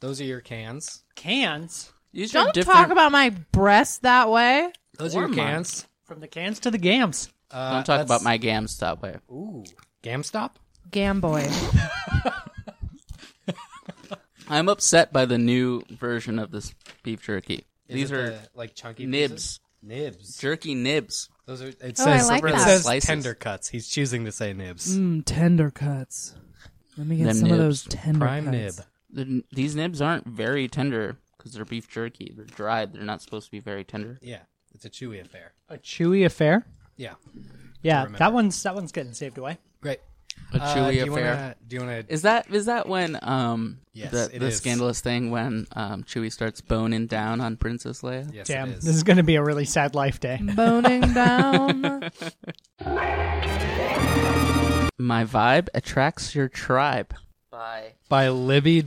Those are your cans. Cans These are Don't different. talk about my breast that way. Those Or are your mine. cans. from the cans to the gams. Uh, Don't talk that's- about my gams that way. Ooh, GameStop. Gamboy. I'm upset by the new version of this beef jerky. Is These it are the, like chunky pieces? nibs, Nibs. jerky nibs. Those are. It Oh, I says, like it that. says Slices. tender cuts. He's choosing to say nibs. Mm, tender cuts. Let me get Them some of nibs. those tender Prime cuts. nib. The, these nibs aren't very tender because they're beef jerky. They're dried. They're not supposed to be very tender. Yeah, it's a chewy affair. A chewy affair. Yeah, Yeah, that one's that one's getting saved away. great. A Uh, chewy do you affair. Wanna, do you want to? Is that is that when um Yes, the, it the is. scandalous thing when um Chewie starts boning down on Princess Leia? Yes, Damn, it this is. is going to be a really sad life day. Mm. Boning down. My vibe attracts your tribe. By by Libby.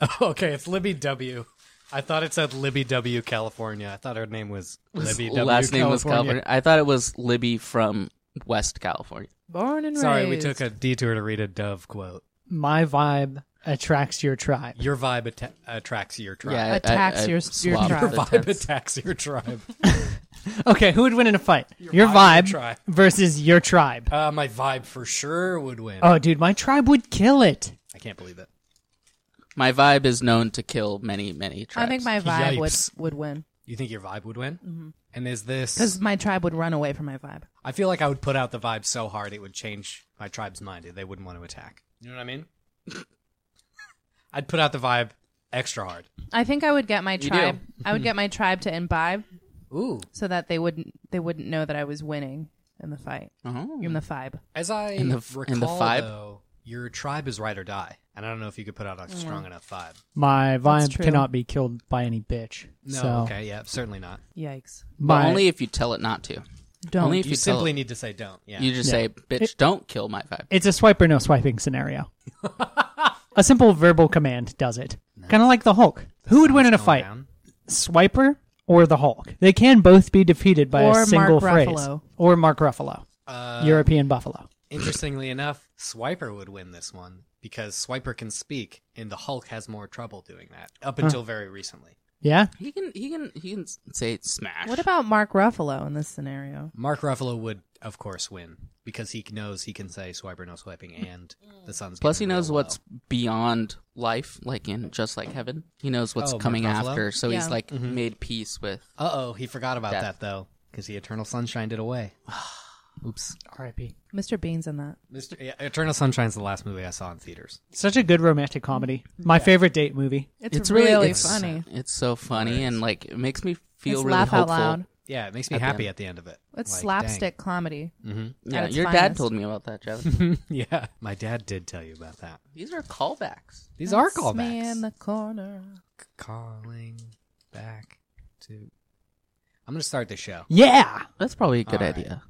Oh, okay, it's Libby W. I thought it said Libby W. California. I thought her name was Libby W. last name was California. California. I thought it was Libby from West California. Born and Sorry, we raised. took a detour to read a Dove quote. My vibe attracts your tribe. Your vibe atta- attracts your tribe. Yeah, I- I- Attacks I your- your swapped tribe. the Your vibe tense. attacks your tribe. Okay, who would win in a fight? Your, vibe, vibe, your tribe. versus your tribe. Uh, my vibe for sure would win. Uh, Oh, dude, my tribe would kill it. I can't believe it. My vibe is known to kill many, many I tribes. think my vibe would, Yipes. would win. You think your vibe would win? Mm-hmm. And is Because this? my tribe would run away from my vibe. I feel like I would put out the vibe so hard it would change my tribe's mind. They wouldn't want to attack. You know what I mean? I'd put out the vibe extra hard. I think I would get my do. tribe. I would get my tribe to imbibe Ooh, so that they wouldn't they wouldn't know that I was winning in the fight Oh. in the vibe. As I In the- recall, in the vibe? though, your tribe is right or die, and I don't know if you could put out a strong enough vibe. My vibe true. cannot be killed by any bitch. No, so okay, yeah, certainly not. Yikes! But my- only if you tell it not to. Don't. Only if You, you, tell simply it- need to say don't. Yeah, you just say, "Bitch, don't kill my vibe." it's a swipe or no swiping scenario. a simple verbal command does it. Kind of like the Hulk. Who would win in a Calm fight? down. Swiper or the Hulk? They can both be defeated by Or a Mark single phrase. Ruffalo. Or Mark Ruffalo. Uh, European Buffalo. Interestingly enough, Swiper would win this one because Swiper can speak, and the Hulk has more trouble doing that up until very recently. Yeah? He can, he can, he can s- say smash. What about Mark Ruffalo in this scenario? Mark Ruffalo would, of course, win because he knows he can say Swiper, no swiping, and the sun's. Plus, he getting real knows what's low. beyond life, like in just like heaven. He knows what's Oh, Mark coming Ruffalo? after, so he's Yeah. like made peace with. Uh oh, he forgot about Death. that though, because the Eternal Sunshine did away. Oops. R.I.P. Mr. Bean's in that. Mr. Yeah, Eternal Sunshine's the last movie I saw in theaters. Such a good romantic comedy. My favorite date movie. It's, really, it's- funny. It's so funny, and like it makes me feel It's really laugh out hopeful. loud. Yeah, it makes me At the happy end. at the end of it. It's Like, slapstick comedy. Yeah, its your dad finest. told me about that, Jeff. dang. yeah, my dad did tell you about that. These are callbacks. These are That's Me in callbacks. the corner. Calling back to. I'm gonna start the show. Yeah! That's probably a good All right. idea.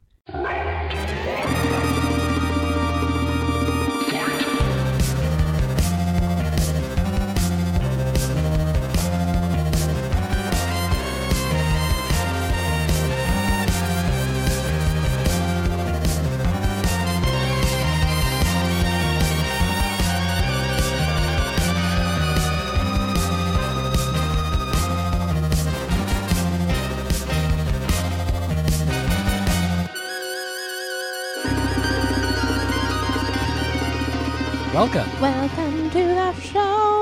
Welcome. Welcome to the show.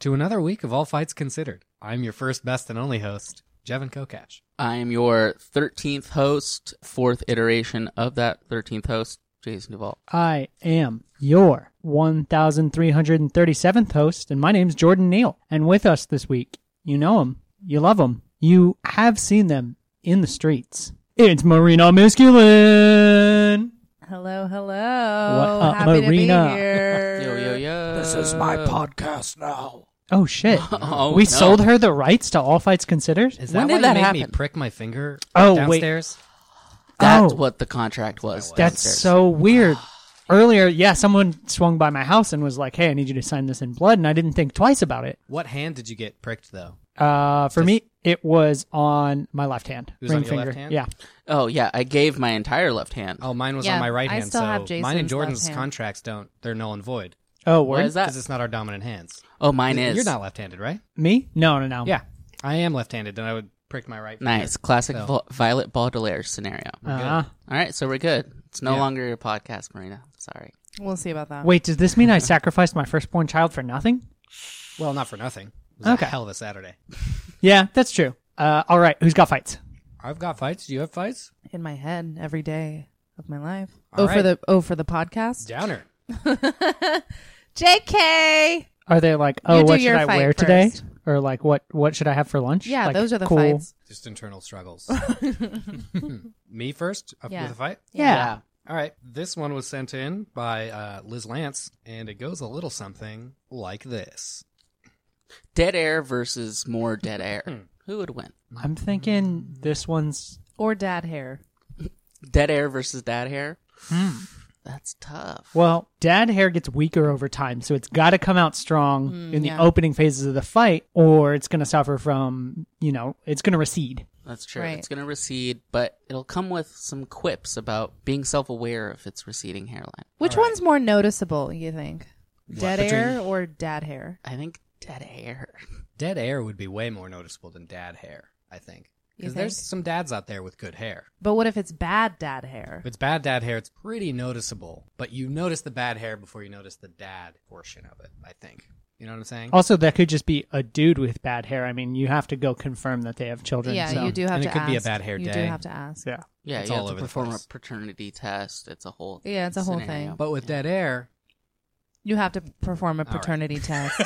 to another week of All Fights Considered. I'm your first, best, and only host, Jevin Kokash. I am your 13th host, fourth iteration of that 13th host, Jason Duvall. I am your 1,337th host, and my name's Jordan Neal. And with us this week, you know him, you love him, you have seen them in the streets. It's Marina Musculin. Hello, hello. up, Happy to Marina? be here. Yo, yo, yo. podcast now. Oh shit! Oh, we no. sold her the rights to All Fights Considered. Is When that did why that you made me happen? prick my finger Oh, wait. downstairs? That's Oh. what the contract was. That's downstairs. so weird. Earlier, yeah, someone swung by my house and was like, "Hey, I need you to sign this in blood," and I didn't think twice about it. What hand did you get pricked though? Uh, for me, it was on my left hand, was ring on your finger. left hand? Yeah, Oh yeah, I gave my entire left hand. Oh, mine was Yeah, on my right I hand. still so have mine and Jason's Jordan's left hand. contracts don't. They're null and void Oh, Why word? is that? because it's not our dominant hands. Oh, mine You're is. not left-handed, right? Me? No, no, no. Yeah, I am left-handed, and I would prick my right. finger. Nice. Classic So- Vo- Violet Baudelaire scenario. Uh, All right, so we're good. It's no Oh. Yeah. longer your podcast, Marina. Sorry. We'll see about that. wait, does this mean I sacrificed my firstborn child for nothing? Well, not for nothing. It was a Okay. hell of a Saturday. Yeah, that's true. Uh, all right, who's got fights? I've got fights. Do you have fights? In my head every day of my life. All oh, right. for the oh for the podcast. Downer. Jk. Are they like, oh, You do what should your I fight wear today? first. Or like, what what should I have for lunch? Yeah, Like, those are the cool. fights. Just internal struggles. Hmm. Me first up Yeah. with a fight. Yeah. All right. This one was sent in by uh, Liz Lance, and it goes a little something like this. Dead air versus more dead Hmm. air. Who would win? I'm thinking this one's. Or dad hair. Dead air versus dad hair. Hmm. That's tough. Well, dad hair gets weaker over time, so it's got to come out strong Mm, in the opening phases of the fight, or it's going to suffer from, you know, it's going to recede. That's true. Right. It's going to recede, but it'll come with some quips about being self-aware of its receding hairline. Which one's more noticeable, you think? Dead Between- air or dad hair? I think dead hair. Dead air would be way more noticeable than dad hair, I think. You Because there's think? some dads out there with good hair. But what if it's bad dad hair? If it's bad dad hair, it's pretty noticeable, but you notice the bad hair before you notice the dad portion of it, I think. You know what I'm saying? Oh. Also, that could just be a dude with bad hair. I mean, you have to go confirm that they have children. Yeah, so. you do have And it to could ask. be a bad hair you do day. have to ask. Yeah. Yeah, It's you all have over to the perform a place. paternity test. It's a whole Yeah, it's a whole scenario. thing. But with dead air, You have to perform a right. paternity test.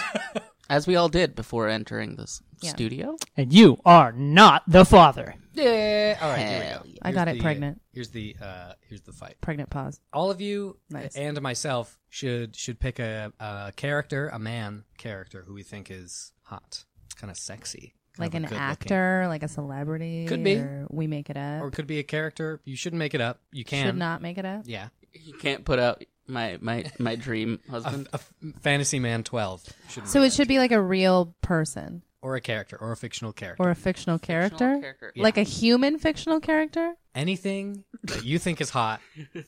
as we all did before entering this Yeah. studio. And you are not the father. yeah. All right, here we go. Hell yeah. I got Here's it the- pregnant. Here's the uh, here's the fight. Pregnant pause. all of you Nice. and myself should should pick a, a character, a man character who we think is hot, kind of sexy, kind of Like a an good-looking- actor, like a celebrity. Could be. Or we make it up. or it could be a character. You shouldn't make it up. You can. Should not make it up. Yeah. You can't put out my my my dream A, husband. a f- fantasy man twelve should So it should be like a real person or a character or a fictional character or a fictional character, character. like a human fictional character. anything that you think is hot.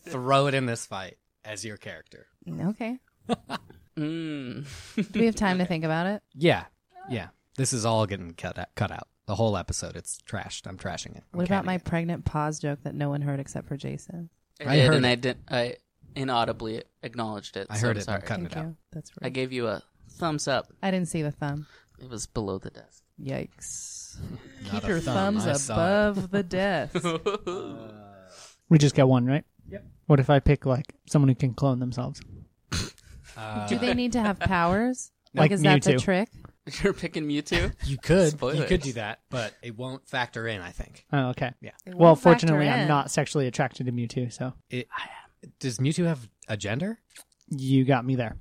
throw it in this fight as your character. Okay. Mm. Do we have time to think about it? Yeah, yeah. This is all getting cut out, cut out. The whole episode. It's trashed. I'm trashing it. I'm What about canning my it. pregnant pause joke that no one heard except for Jason? I I did, heard and it. I did. I inaudibly acknowledged it. I so heard I'm it. I'm Sorry. cutting Thank it out. you. That's I rude. gave you a thumbs up. I didn't see the thumb. It was below the desk. Yikes. Not Keep a your thumb, I thumbs saw it. above the desk. We just got one, right? Yep. What if I pick like someone who can clone themselves? Uh, Do they need to have powers? No. Like, is that the Mewtwo. trick? You're picking Mewtwo. You could. You Spoilers. could do that, but it won't factor in, I think. Oh, okay. Yeah. It Well, won't factor fortunately, I'm in. not sexually attracted to Mewtwo, so It, does Mewtwo have a gender? you got me there.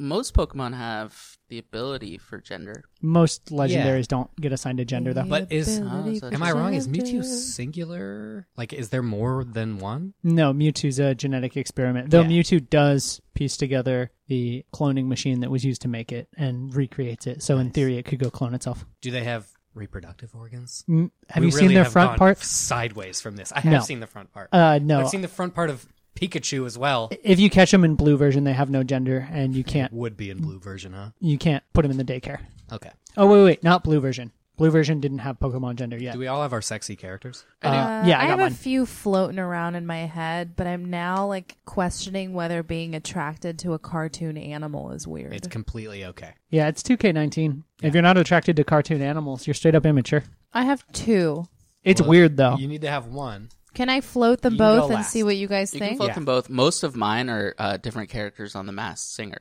Most Pokemon have the ability for gender. Most legendaries don't get assigned a gender, though. But is- uh, Ability Oh, so for Am I wrong? Is Mewtwo gender. singular? Like, is there more than one? No, Mewtwo's a genetic experiment, though Yeah. Mewtwo does piece together the cloning machine that was used to make it and recreates it. So in theory, it could go clone itself. Do they have reproductive organs? Mm, Have We you seen really their have front gone parts? Sideways from this. I have No. seen the front part. Uh, no. I've seen the front part of Pikachu as well. if you catch them in blue version, they have no gender, and you can't Would be in blue version, huh? you can't put them in the daycare. Okay. Oh wait, wait, not blue version. Blue version didn't have Pokemon gender yet. Do we all have our sexy characters? I do. Uh, yeah, I got have mine. a few floating around in my head, but I'm now like questioning whether being attracted to a cartoon animal is weird. It's completely okay. yeah, it's 2K19. If you're not attracted to cartoon animals, you're straight up immature. I have two. It's Well, weird though. You need to have one. Can I float them You go both and last. see what you guys You can think? float Yeah. them both. Most of mine are uh, different characters on the Masked Singer.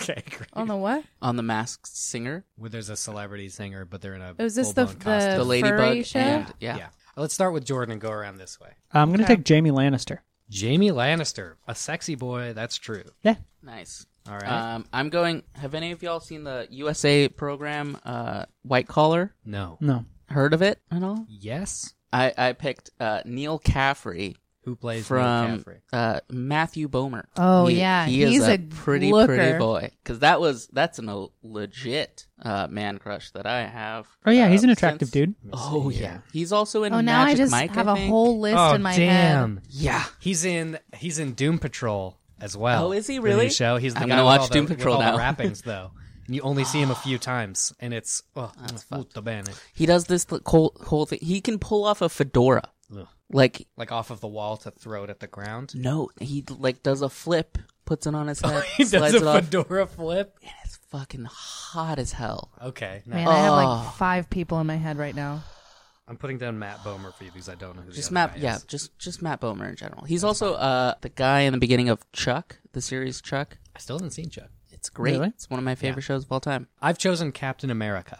okay, great. On the what? On the Masked Singer, Well, there's a celebrity singer, but they're in a. Oh, Is this the full-blown costume. the, the furry Ladybug, shit? and yeah. yeah. Let's start with Jordan and go around this way. I'm gonna take Jamie Lannister. Jamie Lannister, a sexy boy. That's true. Yeah, nice. All right. Um, I'm going. Have any of y'all seen the USA program, uh, White Collar? no. no. Heard of it at all? Yes. I, I picked uh, Neil Caffrey Who plays from McCaffrey? uh, Matthew Bomer. Oh, yeah. he is He's a, a pretty pretty looker. boy because that was that's an, a legit uh, man crush that I have. Oh yeah, he's uh, an attractive dude. since- Let me Oh see yeah. here. he's also in Oh, now Magic I just Mike. have a a whole list Oh in my head. damn! yeah. He's in he's in Doom Patrol as well. Oh, is he The really? new show. He's the I'm guy gonna with watch all the- Doom with Patrol all the now. wrappings though. And you only see him a few times, and it's oh, puta bene. He does this th- whole whole thing. He can pull off a fedora. Ugh. Like like off of the wall to throw it at the ground. no, he like does a flip, puts it on his head, he does slides it a off. fedora flip. It's fucking hot as hell. Okay, now Man, I have Oh. like five people in my head right now. I'm putting down Matt Bomer for you because I don't know who. Just the Matt, other guy yeah, is. just just Matt Bomer in general. He's also uh the guy in the beginning of Chuck, the series Chuck. I still haven't seen Chuck. It's great. Really? It's one of my favorite shows of all time. I've chosen Captain America.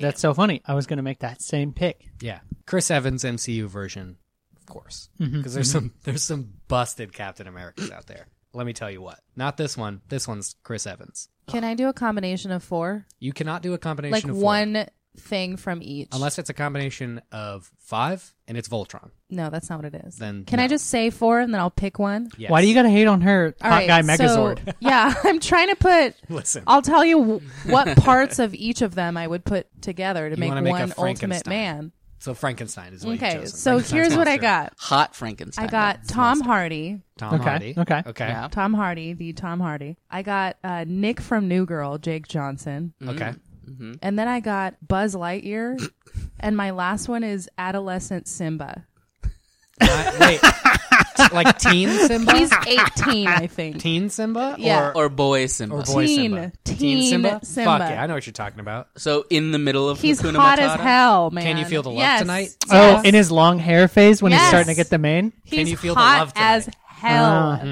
That's so funny. I was going to make that same pick. Yeah, Chris Evans MCU version, of course, because Mm-hmm. there's some there's some busted Captain Americas out there. Let me tell you what. Not this one. This one's Chris Evans. Can I do a combination of four? You cannot do a combination Like of four, one thing from each. unless it's a combination of five and it's Voltron. no, that's not what it is. Then can I no. just say four and then I'll pick one? Yes. Why do you got to hate on her hot All right, guy so- Megazord? yeah, I'm trying to put. listen? I'll tell you wh- what parts of each of them I would put together to You make wanna make a one ultimate Frankenstein. man. So Frankenstein is what you've Okay, chosen. so Frankenstein's here's what I monster. got. Hot Frankenstein. I got Tom Hardy, Tom Okay, Hardy. okay. Okay. Yeah. Tom Hardy, the Tom Hardy. I got uh, Nick from New Girl, Jake Johnson, Okay. Hmm. and then I got Buzz Lightyear, and my last one is adolescent Simba. Uh, wait, like teen Simba? He's 18, I think. Teen Simba? Yeah. Or, or boy Simba. or boy Teen. Simba? Teen Simba? Simba. Fuck yeah, I know what you're talking about. So in the middle of He's Hakuna hot as Matata? hell, man. Can you feel the love Yes. tonight? Oh, Yes. in his long hair phase when he's Yes. starting to get the mane. He's Can you feel the hot love tonight? Mm, as Uh, hell.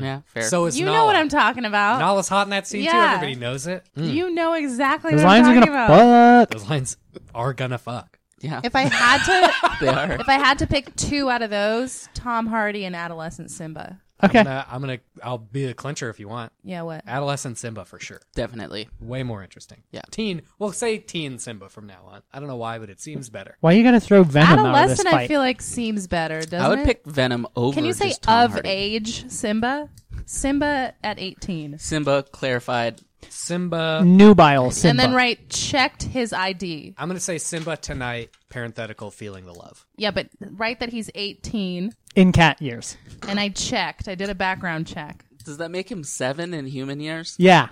Yeah, fair. So is you Nala. know what I'm talking about. Nala's hot in that scene too. Yeah. Everybody knows it. You know exactly Those what I'm lions are talking gonna about. fuck. Those lines are gonna fuck. yeah, If I had to, they are. if I had to pick two out of those, Tom Hardy and adolescent Simba. Okay, I'm gonna, uh, I'm gonna. I'll be the clincher if you want. Yeah, what? Adolescent Simba for sure. Definitely. Way more interesting. Yeah. Teen. We'll say teen Simba from now on. I don't know why, but it seems better. why you got to throw venom out of this adolescent, fight? I feel like seems better, doesn't I would it? pick Venom over. Can you say just Tom of Hardy. age Simba? Simba at 18, Simba clarified. Simba. Mm. Nubile Simba. and then right checked his ID. I'm gonna say Simba tonight. Parenthetical, feeling the love. Yeah, but right that he's 18, in cat years. and I checked. I did a background check. Does that make him seven in human years? Yeah,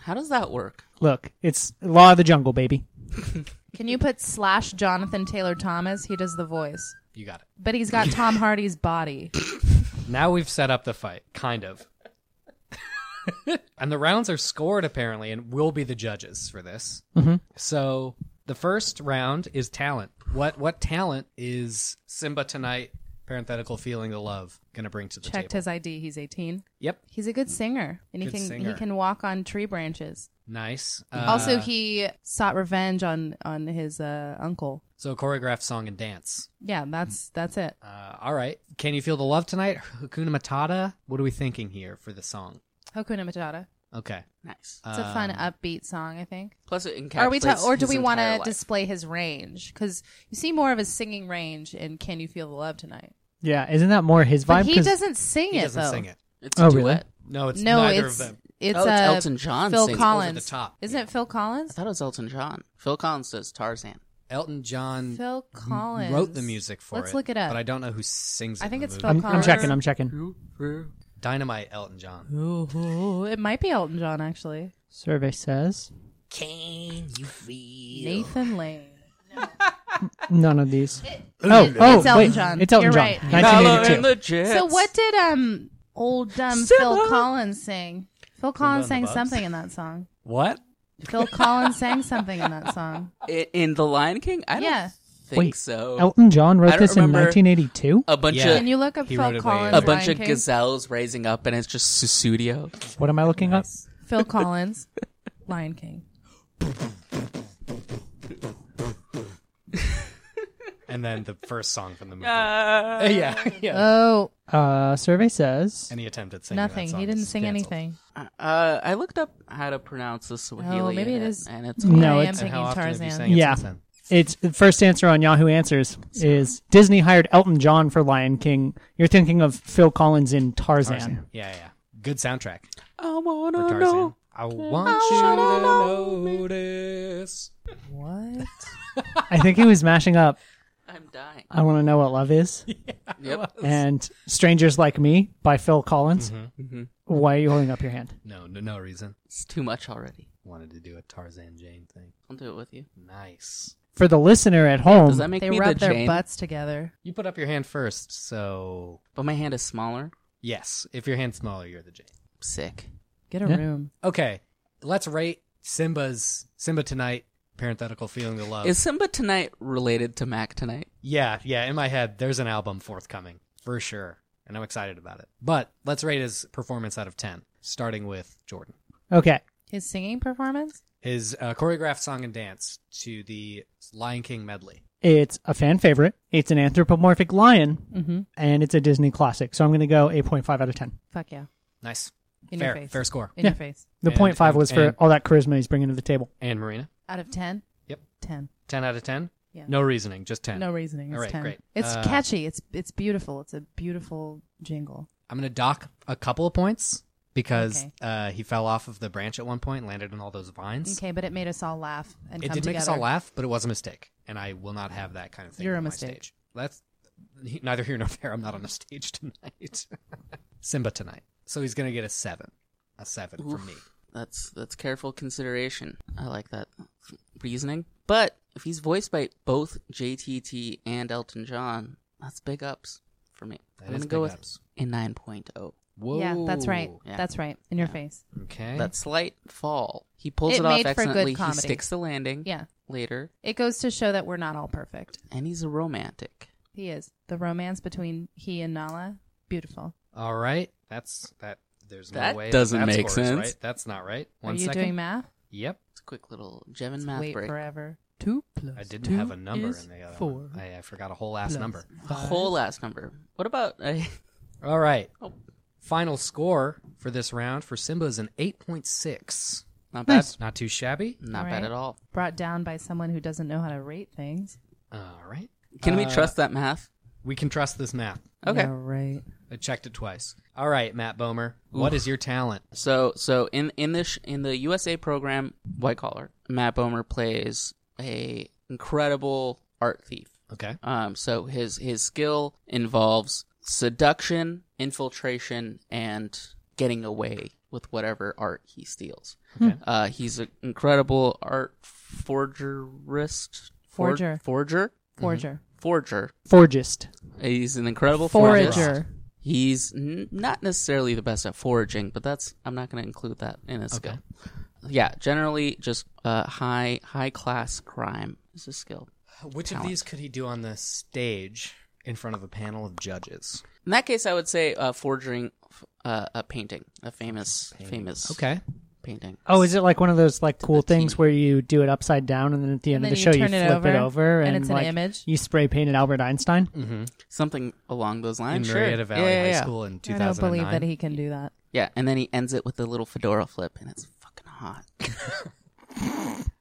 How does that work? look, it's law of the jungle, baby. Can you put slash Jonathan Taylor Thomas? He does the voice, You got it. but he's got Tom Hardy's body. Now we've set up the fight, kind of. and the rounds are scored apparently, and will be the judges for this. So the first round is talent. What what talent is Simba tonight? Parenthetical feeling the love gonna bring to the Checked table. his ID. He's 18. Yep, He's a good singer, and he Good can singer. he can walk on tree branches. nice. Uh, also, he sought revenge on on his uh, uncle. so choreographed song and dance. Yeah, that's that's it. Uh, all right, can you feel the love tonight? Hakuna Matata. What are we thinking here for the song? Hakuna Matata. Okay, Nice. It's Uh, a fun upbeat song, I think. Plus, it encapsulates. Are we ta- or do his we want entire to life. display his range? Because you see more of his singing range in "Can You Feel the Love Tonight," Yeah, isn't that more his vibe? but he 'Cause- doesn't sing he it doesn't though. sing it. It's a Oh, duet. really? No, it's no, neither it's of them. it's, Oh, it's uh, Elton John Phil sings Over the Collins. Top. Isn't it Phil I Collins? thought it was Elton John. Phil Collins does Tarzan. Elton John Phil m- Collins wrote the music for Let's it. look it up. But I don't know who sings it. I think in it's the Phil movie. I'm, I'm Collins. checking. I'm checking. Dynamite Elton John. Ooh, it might be Elton John actually. Survey says Can you feel? Nathan Lane. none of these. Oh, oh, It's Elton wait, John. It's Elton You're John. right. Color in 1982. the jets. So what did um old dumb Phil Collins sing? Phil Collins Simba and sang the Bugs? something in that song. What? Phil Collins sang something in that song. I- in The Lion King? I don't Yeah. think Wait, so. Elton John I wrote don't this in remember- Oh, 1982. a bunch Yeah. of Can you look up He wrote Phil it Collins? later. a Lion bunch of King? gazelles raising up, and it's just Susudio. What am I looking up? Phil Collins, Lion King. And then the first song from the movie. Uh, yeah, yeah. Oh, Uh, survey says Any attempt at singing that nothing. song He didn't is sing canceled. anything. Uh, I looked up how to pronounce the Swahili. Oh, maybe in it is- Mm. and it's No, I it's- am And how thinking often have you Tarzan. sang it Yeah. since then? It's the first answer on Yahoo Answers is Disney hired Elton John for Lion King. You're thinking of Phil Collins in Tarzan. Yeah, yeah. Good soundtrack I for Oh, wanna Tarzan. know. I want you to notice. What? I think he was mashing up I'm dying. I Want to Know What Love Is Yep. and Strangers Like Me by Phil Collins. Mm-hmm. Why are you holding up your hand? No, no, no reason. It's too much already. Wanted to do a Tarzan Jane thing. I'll do it with you. Nice. For the listener at home, Does that make Um, They me rub the their Jane? butts together. You put up your hand first, so But my hand is smaller. yes. If your hand's smaller, you're the Jane. Sick. Get a Yeah. room. Okay, let's rate Simba's Simba tonight. Parenthetical feeling of love. Is Simba tonight related to Mac tonight? yeah, yeah. In my head, there's an album forthcoming for sure, and I'm excited about it. But let's rate his performance out of ten, starting with Jordan. okay, His singing performance? His uh, choreographed song and dance to the Lion King medley. it's a fan favorite. It's an anthropomorphic lion, Mm-hmm. and it's a Disney classic. So I'm going to go 8.5 out of 10. Fuck yeah. Nice, In fair, your face. fair score. In Yeah. your face. The And- point five was for and- all that charisma he's bringing to the table. And Marina, Out of 10? Yep. 10. ten out of ten. Yeah. No reasoning, just ten. No reasoning. It's All right, 10. great. It's Uh, catchy. It's it's beautiful. It's a beautiful jingle. I'm gonna dock a couple of points because Okay. uh, he fell off of the branch at one point and landed on all those vines. Okay, but it made us all laugh and it come did together. make us all laugh, but it was a mistake, and I will not have that kind of thing. You're a on my mistake. stage. That's neither here nor there. I'm not on the stage tonight. Simba tonight, so he's gonna get a seven, a seven from me. That's that's careful consideration. I like that reasoning. But if he's voiced by both JTT and Elton John, that's big ups for me. That I'm gonna is go big with ups. a oh. 9.0. Whoa. Yeah, that's right. Yeah. That's right. In your face. Okay. That slight fall, he pulls It it, off made for good excellently. He comedy. sticks the landing Mm-hmm. Yeah. later, It goes to show that we're not all perfect. and he's a romantic. He is. The romance between he and Nala, beautiful. all right. That's that. There's no That way doesn't that make scores, sense. Right? That's not right. Are One you second. doing math? Yep. It's a quick little Jevin Let's math wait break. forever. Two plus I didn't two have a number is in the other four. one. I, I forgot a whole last plus number. The five. whole last number. What about a All right. Oh. Final score for this round for Simba is an 8.6. not bad, Nice. Not too shabby. not Right. bad at all? brought down by someone who doesn't know how to rate things. All right. Can we Uh, trust that math? We can trust this math. Okay. Yeah, right. I checked it twice. All right, Matt Bomer. What is your talent? So so in in this in the USA program White Collar, Matt Bomer plays a incredible art thief. Okay. Um, so his his skill involves seduction, infiltration, and getting away with whatever art he steals. Okay. Uh, he's an incredible art forgerist. For- Forger. forger, Forger. forger. Forgist. He's an incredible forger. Forager. He's n- not necessarily the best at foraging, but that's I'm not going to include that in his skill. Yeah, generally just uh, high high class crime is a skill. Which of these could he do on the stage in front of a panel of judges? In that case, I would say uh, forging f- uh, a painting, a famous famous Okay. painting. Oh, is it like one of those like cool things where you do it upside down and then at the end And of the then show you you turn it flip over, it over and and, it's an like, image? Mm-hmm. You spray painted Albert Einstein. something along those In lines. sure. Marietta Valley yeah, yeah, High yeah. School in I don't 2009. believe that he can do that. Yeah, and then he ends it with a little fedora flip, and it's fucking hot.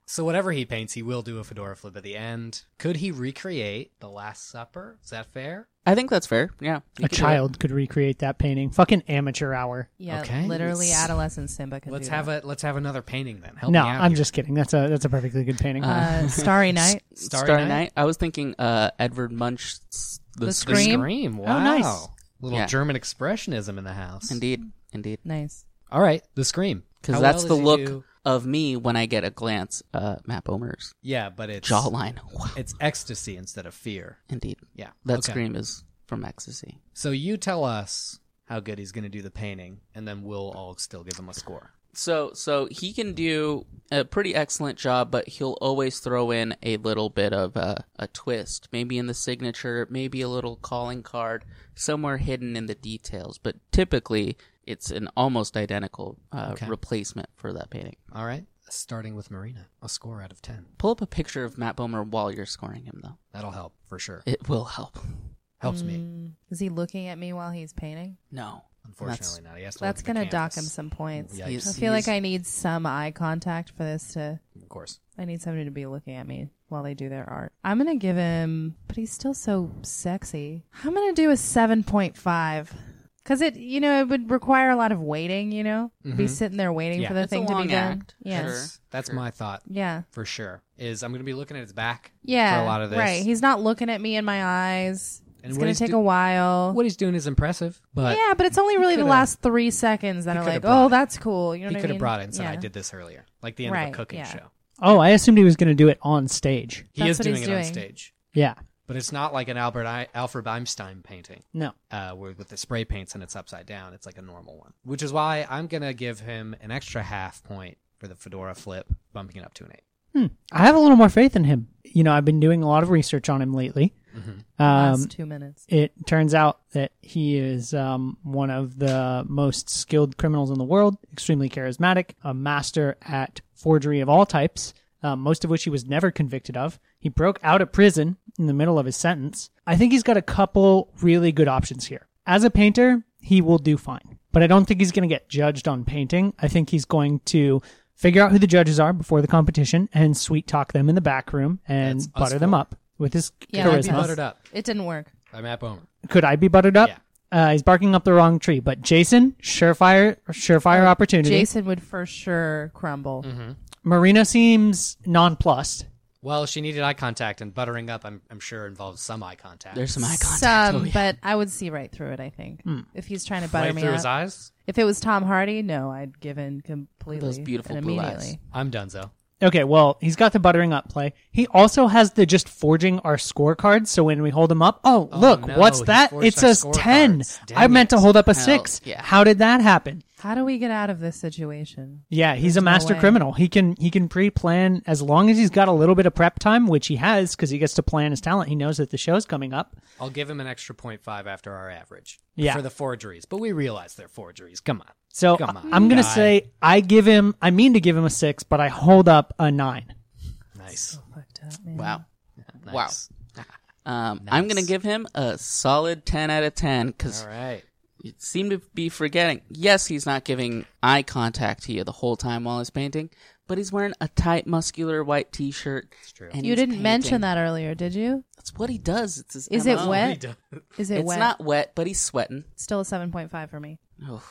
So whatever he paints, he will do a fedora flip at the end. Could he recreate The Last Supper? Is that fair? I think that's fair. Yeah, You A could do it. child could recreate that painting. Fucking amateur hour. Yeah, Okay. literally adolescent Simba can Let's do have that. a let's have another painting then. Help no, me out. I'm here. just kidding. That's a that's a perfectly good painting. Oh, uh, Starry Night. Starry Starry, Night? Night? I was thinking uh, Edward Munch, s- the, The The Scream. Scream. Scream. Wow. Oh, nice. Little Yeah. German expressionism in the house. Indeed, indeed, Nice. All right, The Scream. because How that's well the does he look do- of me when I get a glance. Uh, Matt Bomer's Yeah, but it's jawline. Wow. It's ecstasy instead of fear. Indeed, Yeah. that okay. scream is from ecstasy. So you tell us how good he's going to do the painting, and then we'll all still give him a score. So, so he can do a pretty excellent job, but he'll always throw in a little bit of a, a twist, maybe in the signature, maybe a little calling card, somewhere hidden in the details. But typically, it's an almost identical uh, Okay. replacement for that painting. All right. Starting with Marina, a score out of 10. Pull up a picture of Matt Bomer while you're scoring him, though. That'll help for sure. It Mm, will help. Helps me. Is he looking at me while he's painting? No, Unfortunately, not. He has to That's going gonna to dock him some points. Yikes. I He's- feel like he's- I need some eye contact for this to. Of course. I need somebody to be looking at me while they do their art. I'm gonna give him, but he's still so sexy. I'm gonna do a seven point five, cause it, you know, it would require a lot of waiting. You know, be sitting there waiting Yeah. for the It's a thing to long be done. act. Yeah, Sure. That's Sure. my thought yeah, for sure. Is I'm going to be looking at his back. yeah. For a lot of this. right? He's not looking at me in my eyes. And it's what gonna he's take do- a while. What he's doing is impressive, but yeah, but it's only really the coulda- last three seconds that he are coulda like, brought oh, it. that's cool. You know he what I could mean? have brought it and said, yeah. "I did this earlier," like the end of Right, a cooking yeah. show. Oh, I assumed he was going to do it on stage. He That's is what doing it he's on doing. stage, Yeah. but it's not like an Albert I- Alfred Einstein painting. No. uh, where with the spray paints and it's upside down. It's like a normal one, which is why I'm gonna give him an extra half point for the fedora flip, bumping it up to an eight. Hmm. I have a little more faith in him. You know, I've been doing a lot of research on him lately. Um, Mm-hmm. last two minutes. it turns out that he is um, one of the most skilled criminals in the world, extremely charismatic, a master at forgery of all types, um, most of which he was never convicted of. He broke out of prison in the middle of his sentence. I think he's got a couple really good options here. As a painter, he will do fine, but I don't think he's going to get judged on painting. I think he's going to figure out who the judges are before the competition and sweet talk them in the back room and That's us butter them four. up with his Yeah, Could that'd I be be charisma. buttered up It didn't work. by Matt Bomer. Could I be buttered up? Yeah. Uh, he's barking up the wrong tree, but Jason, surefire, surefire opportunity. Jason would for sure crumble. Mm-hmm. Marina seems nonplussed. Well, she needed eye contact, and buttering up, I'm, I'm sure, involves some eye contact. There's some eye contact. Some, Oh, yeah. but I would see right through it. I think Hmm. if he's trying to butter right me through his up. eyes. If it was Tom Hardy, no, I'd give in completely. Those beautiful and blue eyes. immediately. I'm Dunzo. Okay, well, he's got the buttering up play. He also has the just forging our scorecards. So when we hold him up, oh, Oh, look, no, what's he that? forged It our says 10. scorecards. Dang I meant it. to hold up a Hell, 6. yeah. How did that happen? How do we get out of this situation? Yeah, he's a no master way. criminal. He can he can pre-plan as long as he's got a little bit of prep time, which he has because he gets to plan his talent. He knows that the show's coming up. I'll give him an extra 0.5 after our average Yeah. for the forgeries, but we realize they're forgeries. Come on. So Come I- on, I'm gonna guy. say I give him. I mean to give him a six, but I hold up a nine. Nice. Fucked up, man. Wow. nice. Wow. Um, I'm going to give him a solid 10 out of 10 because All right. you seem to be forgetting. Yes, he's not giving eye contact to you the whole time while he's painting, but he's wearing a tight, muscular white t shirt. That's true. You didn't mention that earlier, did you? That's what he does. It's his Is it MO. wet? Is it It's wet? not wet, but he's sweating. Still a seven point five for me. Ugh.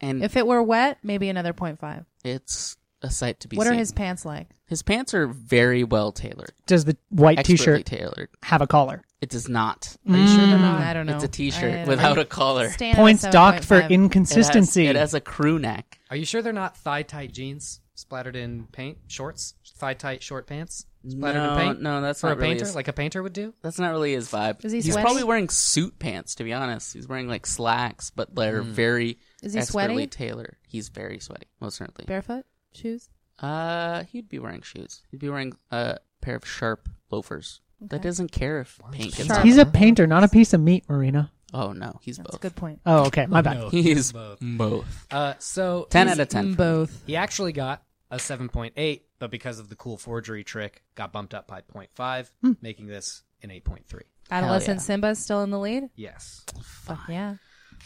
And If it were wet, maybe another point five. it's a sight to be What seen. are his pants like? His pants are very well tailored. Does the white Expertly T-shirt tailored. have a collar? It does not. Are you sure they're not? I don't know. It's a I T-shirt don't without know. a collar. Stand at Points docked for 7.5. inconsistency. It has, it has a crew neck. Are you sure they're not thigh tight jeans splattered in paint? Shorts? Thigh tight short pants splattered No, in paint? no, that's for not a really painter, his- like a painter would do. That's not really his vibe. Is he He's sweaty? probably wearing suit pants, to be honest. He's wearing like slacks, but they're Hmm. very Is he expertly sweaty? tailored. He's very sweaty, most certainly. barefoot shoes. Uh, he'd be wearing shoes. He'd be wearing a pair of sharp loafers. That doesn't care if pink gets Sharp. on. He's a painter, not a piece of meat, Marina. Oh no, he's That's a both. good point. Oh, okay, my bad. No, He is both. both. Uh, so Ten he's- out of ten. Both. He actually got a 7.8, but because of the cool forgery trick, got bumped up by 0.5, Hmm. making this an 8.3. Adolescent yeah. Simba's still in the lead. Yes. Fuck yeah.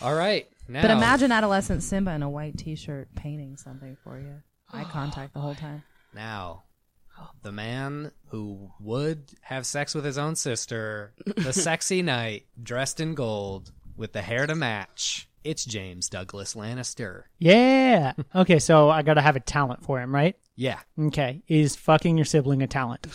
All right. Now, But imagine adolescent Simba in a white T-shirt painting something for you. Oh, Eye contact the whole time. Now, the man who would have sex with his own sister, the sexy knight dressed in gold with the hair to match. It's James Douglas Lannister. Yeah. Okay, so I gotta have a talent for him, right? Yeah. Okay, is fucking your sibling a talent?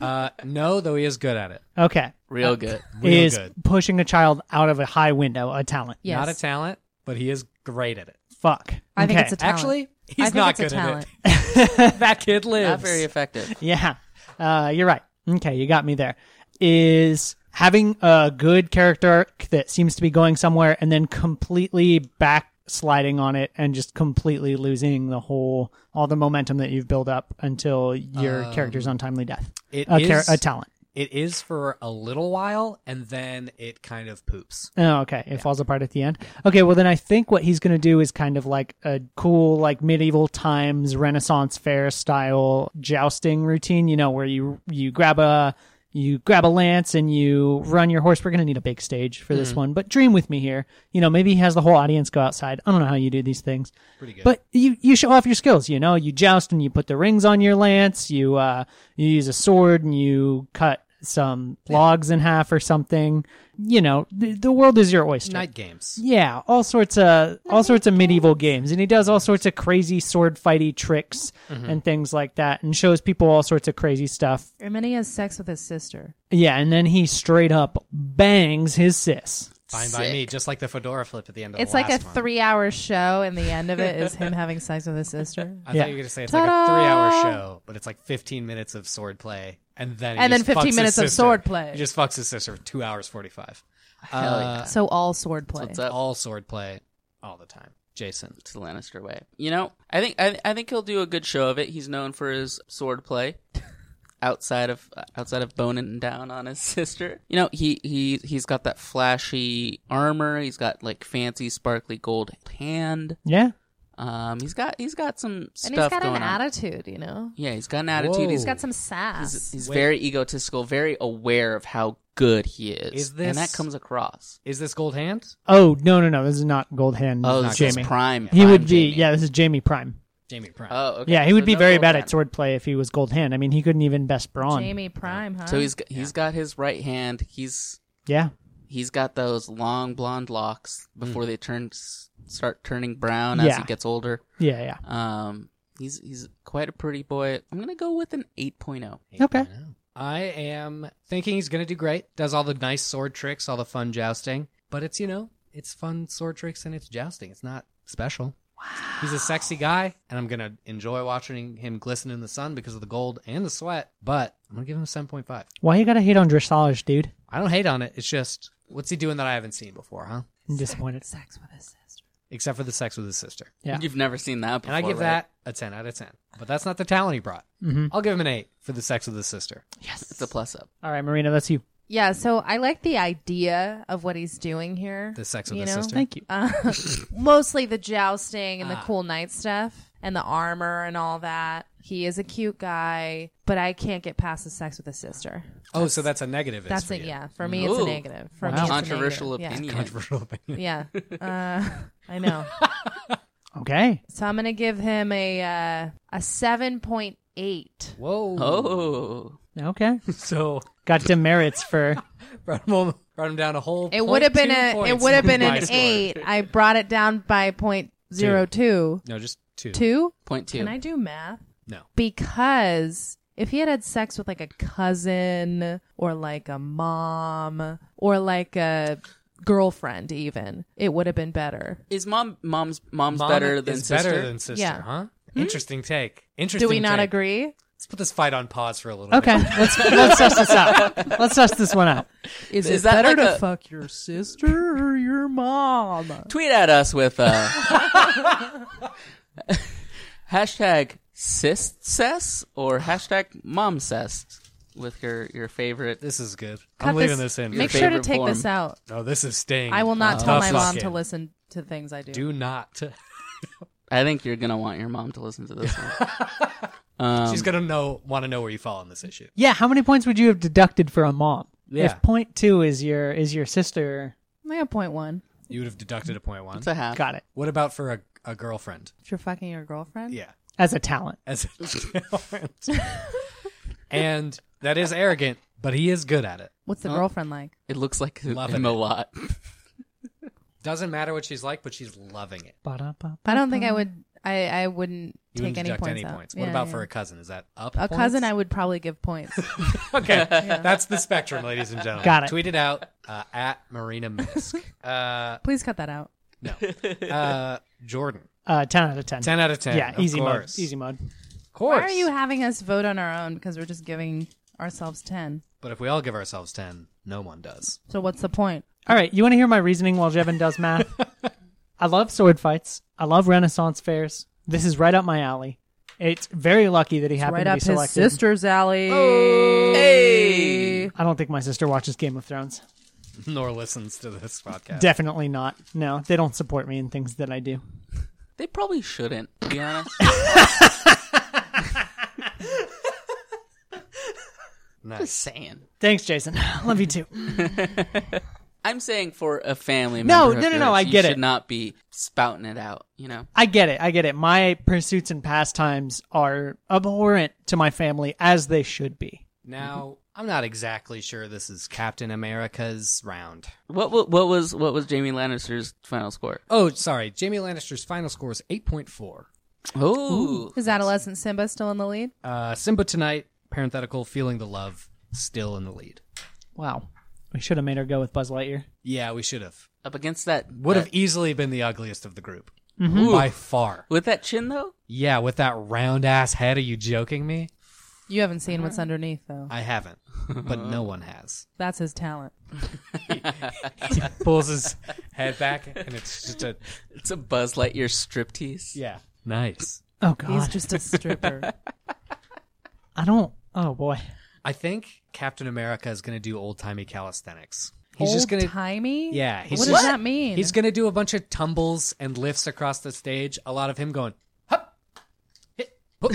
Uh, no, though he is good at it. Okay, Oh. Real good. Real is good. pushing a child out of a high window a talent? Yes. Not a talent, but he is great at it. Fuck. I think Okay. it's a talent. Actually, I he's think not it's a good at talent. it. that kid lives. Not very effective. Yeah, uh, you're right. Okay, you got me there. Is having a good character arc that seems to be going somewhere and then completely backsliding on it and just completely losing the whole all the momentum that you've built up until your character's untimely death. It A, char- is- a talent. It is for a little while, and then it kind of poops. Oh, okay. It falls apart at the end. Okay, well then I think what he's gonna do is kind of like a cool, like medieval times Renaissance fair style jousting routine. You know, where you you grab a you grab a lance and you run your horse. We're going to need a big stage for Hmm. this one, but dream with me here. You know, maybe he has the whole audience go outside. I don't know how you do these things. Pretty good. But you you show off your skills. You know, you joust and you put the rings on your lance. You uh you use a sword and you cut some logs in half or something. You know, the, the world is your oyster. Night games. Yeah, all sorts of all sorts of medieval games, and he does all sorts of crazy sword fighty tricks Mm-hmm. and things like that, and shows people all sorts of crazy stuff. And then he has sex with his sister. Yeah, and then he straight up bangs his sis. Fine by me, just like the fedora flip at the end of It's the like a last one. three-hour show, and the end of it is him having sex with his sister. I Yeah. thought you were going to say it's like a Ta-da! three-hour show, but it's like 15 minutes of sword play, and then he And then just 15 fucks his minutes of sister. sword play. He just fucks his sister for two hours 45. Hell yeah. Uh, So all swordplay. What's up? All sword play, all the time. Jason. It's the Lannister way. You know, I think I, I think he'll do a good show of it. He's known for his sword play. Outside of outside of boning down on his sister, you know he he he's got that flashy armor. He's got like fancy sparkly gold hand. Yeah, Um, he's got he's got some stuff And he's got going an on. attitude, you know. Yeah, he's got an attitude. He's Whoa. He's got some sass. he's, he's Wait. very egotistical, very aware of how good he is, Is this- and that comes across. Is this Gold Hand? Oh no no no! This is not Gold Hand. Oh, this this is is Jamie. prime. he prime would be. Jamie. Yeah, this is Jamie Prime. Jamie Prime. Oh, okay. Yeah, he So would be no very gold bad hand. at sword play if he was Gold Hand. I mean, he couldn't even best brawn. Jamie Prime, huh? So he's g- he's got his right hand. He's Yeah, he's got those long blonde locks Mm. before they turn s- start turning brown as Yeah. he gets older. yeah, yeah. Um, he's he's quite a pretty boy. I'm gonna go with an oh. 8.0. Okay. I am thinking he's going to do great. Does all the nice sword tricks, all the fun jousting. But it's, you know, it's fun sword tricks and it's jousting. It's not special. Wow. He's a sexy guy, and I'm going to enjoy watching him glisten in the sun because of the gold and the sweat. But I'm going to give him a 7.5. Why you gotta hate on Dressage, dude? I don't hate on it. It's just, what's he doing that I haven't seen before, huh? I'm disappointed. sex with his sister. Except for the sex with his sister. Yeah. You've never seen that And before. I give right? that a 10 out of 10. But that's not the talent he brought. Mhm. I'll give him an 8 for the sex with his sister. It's a plus up. All right, Marina, that's you. Yeah, so I like the idea of what he's doing here. The sex with you his know? sister. Thank you. Uh, mostly the jousting and the Ah. cool knight stuff and the armor and all that. He is a cute guy, but I can't get past the sex with his sister. Oh, so that's a negative. is That's for it. you. Yeah, for me it's a Ooh. negative. For Wow. me, it's a Controversial negative. opinion. Controversial opinion. Yeah, yeah. Uh, I know. Okay. So I'm gonna give him a uh, a seven point eight. Whoa. Oh, Okay. So Got demerits for. brought him, brought him down a whole. It would have been a it would have been an eight. eight. I brought it down by point zero two. No, just two. Two? point two. Can I do math? No. Because if he had had sex with like a cousin or like a mom or like a girlfriend, even it would have been better. Is mom mom's mom's Mom better than is sister? Better than sister, Yeah. Hmm? huh? Interesting take. Interesting. Do we not take. agree? Let's put this fight on pause for a little. Okay, Bit. let's let's suss this out. Let's suss this one out. Is, Is it that better like to a- fuck your sister or your mom? Tweet at us with uh, hashtag sis or hashtag momcest with your your favorite This is good. Cut I'm leaving this, in. Make sure to favorite take this form. out. no, this is staying. I will not Uh, Tough tell my mom fucking. to listen to things I do. Do not. I think you're gonna want your mom to listen to this one. Um, She's gonna know. Want to know where you fall on this issue. Yeah, how many points would you have deducted for a mom? Yeah. If point two is your is your sister, I got point one. You would have deducted a point one. it's a half. got it What about for a, a girlfriend? If you're fucking your girlfriend, Yeah. as a talent. as a talent. and that is arrogant, but he is good at it. what's the girlfriend like? It looks like Loving him a lot. Doesn't matter what she's like, but she's loving it. Ba-da-ba-ba. I don't think I would. I I wouldn't You take wouldn't any deduct points. any out. points. What Yeah, about yeah. for a cousin? Is that up? A cousin, I would probably give points. okay, that's the spectrum, ladies and gentlemen. Got it. Tweet it out uh, at Marina Misk. uh, Please cut that out. no, uh, Jordan. Uh, ten out of ten. Ten out of ten. yeah, of easy course. mode. Easy mode. Of course. Why are you having us vote on our own? Because we're just giving ourselves 10. But if we all give ourselves ten, no one does. So what's the point? All right, you want to hear my reasoning while Jevin does math? I love sword fights. I love Renaissance fairs. This is right up my alley. It's very lucky that he happened right to be up his selected. sister's alley. Hey, I don't think my sister watches Game of Thrones. Nor listens to this podcast. Definitely not. No, they don't support me in things that I do. they probably shouldn't. To be honest, Just saying. Thanks, Jason. Love you too. I'm saying for a family No, member. of no, no, no, yours, I you get should it. not be spouting it out, you know? I get it. I get it. My pursuits and pastimes are abhorrent to my family as they should be. Now, I'm not exactly sure this is Captain America's round. What, what what was what was Jamie Lannister's final score? Oh, sorry. Jamie Lannister's final score is 8.4. Oh, Is adolescent Simba still in the lead? Uh, Simba tonight, parenthetical, feeling the love, still in the lead. Wow. We should have made her go with Buzz Lightyear. Yeah, we should have. up against that Would have that- easily been the ugliest of the group. Mm-hmm. By far. with that chin though. Yeah, with that round ass head, are you joking me? You haven't seen what's Uh-huh. underneath though. I haven't. But no one has. That's his talent. Pulls his head back, and it's just a. It's a Buzz Lightyear striptease. Yeah. Nice. Oh, He's God. just a stripper. I don't. Oh, boy. I think Captain America is going to do old timey calisthenics. He's just going to. timey. Yeah, he's what just- does that mean? He's going to do a bunch of tumbles and lifts across the stage. A lot of him going, hup, hit, hup.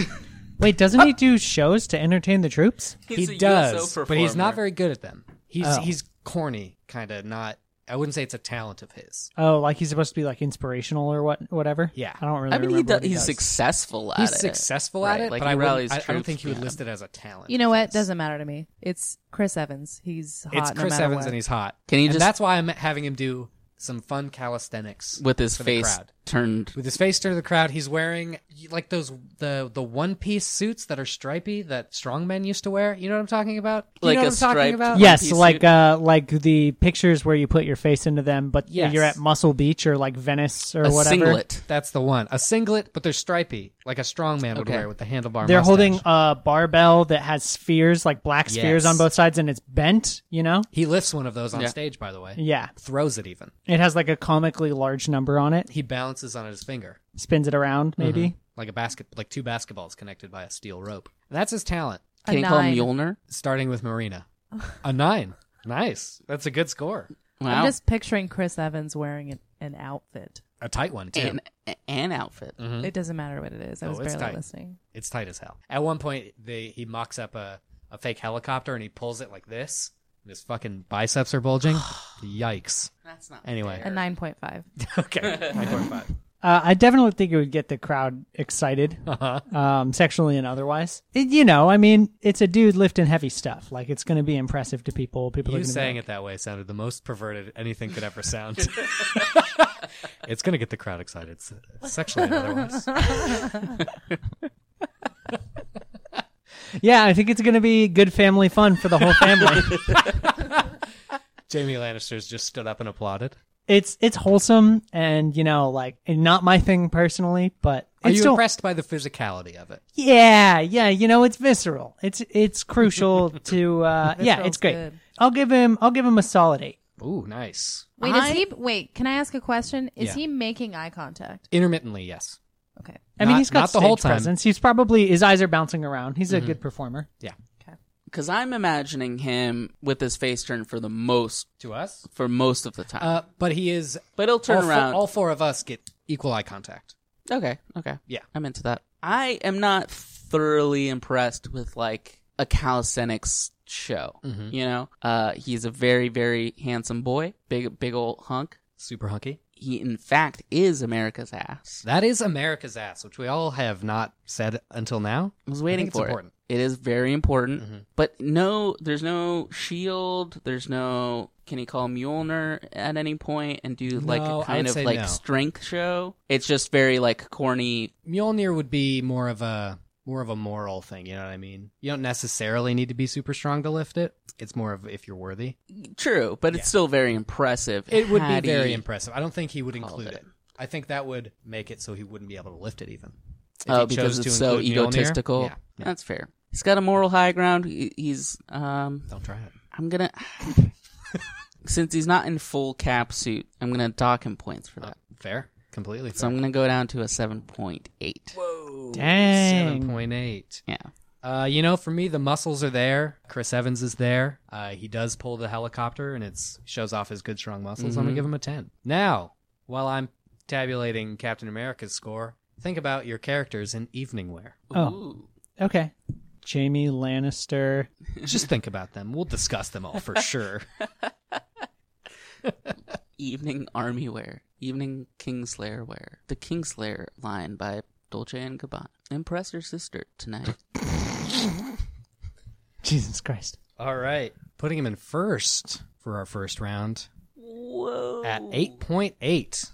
Wait, doesn't he do shows to entertain the troops? He's he a USO does, but he's not performer. very good at them. He's Oh. he's corny, kind of not. I wouldn't say it's a talent of his. Oh, like he's supposed to be like inspirational or what? Whatever. Yeah. I don't really. I mean, he remember does, what he he's does. successful at He's it. successful Right, at it, like but he I, wouldn't, rallies I, I don't troops think he would behind list it as a talent. you know what? Doesn't matter to me. It's Chris Evans. He's hot. It's no Chris matter Evans what. and he's hot. Can he and just- that's why I'm having him do some fun calisthenics with his for the face crowd. turned. With his face to the crowd, he's wearing like those the the one piece suits that are stripy that strongmen used to wear. You know what I'm talking about? You Like know a what I'm talking striped- about? Yes, piece like suit. uh, like the pictures where you put your face into them, but Yes. you're at Muscle Beach or like Venice or a whatever. singlet. That's the one. A singlet, but they're stripy, like a strongman would Okay. wear with the handlebar. They're mustache. holding a barbell that has spheres, like black spheres Yes. on both sides, and it's bent. You know, He lifts one of those on Yeah. stage, by the way. yeah, Throws it even. it has like a comically large number on it. He balances on his finger Spins it around, Mm-hmm. maybe. like a basket, like two basketballs connected by a steel rope. That's his talent. A Can you call him nine. Mjolnir? Starting with Marina, a nine. Nice. That's a good score. Wow, I'm just picturing Chris Evans wearing an, an outfit. A tight one too. an, an outfit. It doesn't matter what it is. I Oh, was it's barely tight. listening. It's tight as hell. At one point, they he mocks up a, a fake helicopter and he pulls it like this. And his fucking biceps are bulging. Yikes. That's not Anyway. A nine point five. Okay. 9.5. Uh, I definitely think it would get the crowd excited, Uh-huh. um, sexually and otherwise. It, you know, I mean, it's a dude lifting heavy stuff. Like it's going to be impressive to people. People are You gonna be saying like- it that way sounded the most perverted anything could ever sound. it's gonna get the crowd excited, s- sexually and otherwise. Yeah, I think it's going to be good family fun for the whole family. Jamie Lannister's just stood up and applauded. it's it's wholesome and you know like and not my thing personally, but Are it's you still, impressed by the physicality of it? Yeah, yeah, you know it's visceral. It's it's crucial to uh yeah, Visceral's it's great. good. I'll give him I'll give him a solid 8. Ooh, nice. Wait, I- is he? Wait, can I ask a question? Is Yeah. he making eye contact? Intermittently, yes. Okay. I mean, Not- he's got not the whole stage time. Mm-hmm. presence. He's probably his eyes are bouncing around. He's a good performer. Yeah. Because I'm imagining him with his face turned for the most To us? for most of the time, Uh, but he is but he'll turn all, around. Four, all four of us get equal eye contact. Okay, okay. Yeah. I'm into that. I am not thoroughly impressed with like a calisthenics show. Mm-hmm. You know? Uh he's a very, very handsome boy, big big old hunk. Super hunky. He in fact is America's ass. That is America's ass, which we all have not said until now. I was think waiting it's for important. Mm-hmm. it. It is very important. But no there's no shield, there's no can he call Mjolnir at any point and do like No, I a kind would of say like no. strength show? It's just very like corny Mjolnir would be more of a more of a moral thing, you know what I mean? You don't necessarily need to be super strong to lift it. It's more of if you're worthy. true, but it's still very impressive. It would Had be he- very impressive. I don't think he would called include it. it. I think that would make it so he wouldn't be able to lift it even. If Oh, he because chose to it's so include Mjolnir, egotistical. yeah, yeah. That's fair. He's got a moral high ground. He, he's um Don't try it. I'm gonna since he's not in full cap suit, I'm gonna dock him points for that. Uh, Fair. Completely fair. So I'm gonna go down to a seven point eight. Dang. 7.8. Yeah. Uh, you know, for me, the muscles are there. Chris Evans is there. Uh, he does pull the helicopter, and it's shows off his good, strong muscles. I'm gonna give him a ten. Now, while I'm tabulating Captain America's score, think about your characters in evening wear. Oh. Ooh. Okay. Jamie Lannister. Just think about them. We'll discuss them all for sure. Evening Army Wear, Evening Kingslayer Wear, the Kingslayer line by Dolce and Gabbana. Impress your sister tonight. Jesus Christ. All right. Putting him in first for our first round. Whoa. At 8.8,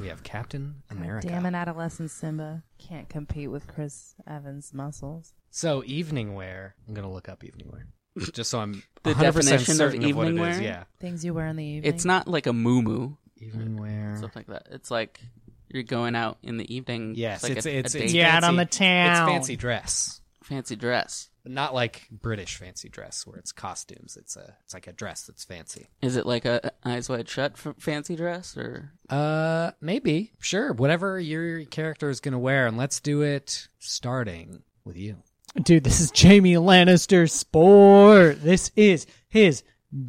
we have Captain America. Damn an adolescent Simba can't compete with Chris Evans' muscles. So, evening wear. I'm going to look up evening wear. Just so I'm The 100% definition of certain what evening it is. wear? Yeah. Things you wear in the evening. It's not like a moo Evening wear. stuff like that. It's like you're going out in the evening. Yes, like it's a, it's, a it's date. Get out on fancy- the town. It's fancy dress, fancy dress. but not like British fancy dress where it's costumes. It's a it's like a dress that's fancy. Is it like a eyes wide shut f- fancy dress or Uh, maybe sure. Whatever your character is gonna wear, and let's do it starting with you. Dude, this is Jamie Lannister sport. This is his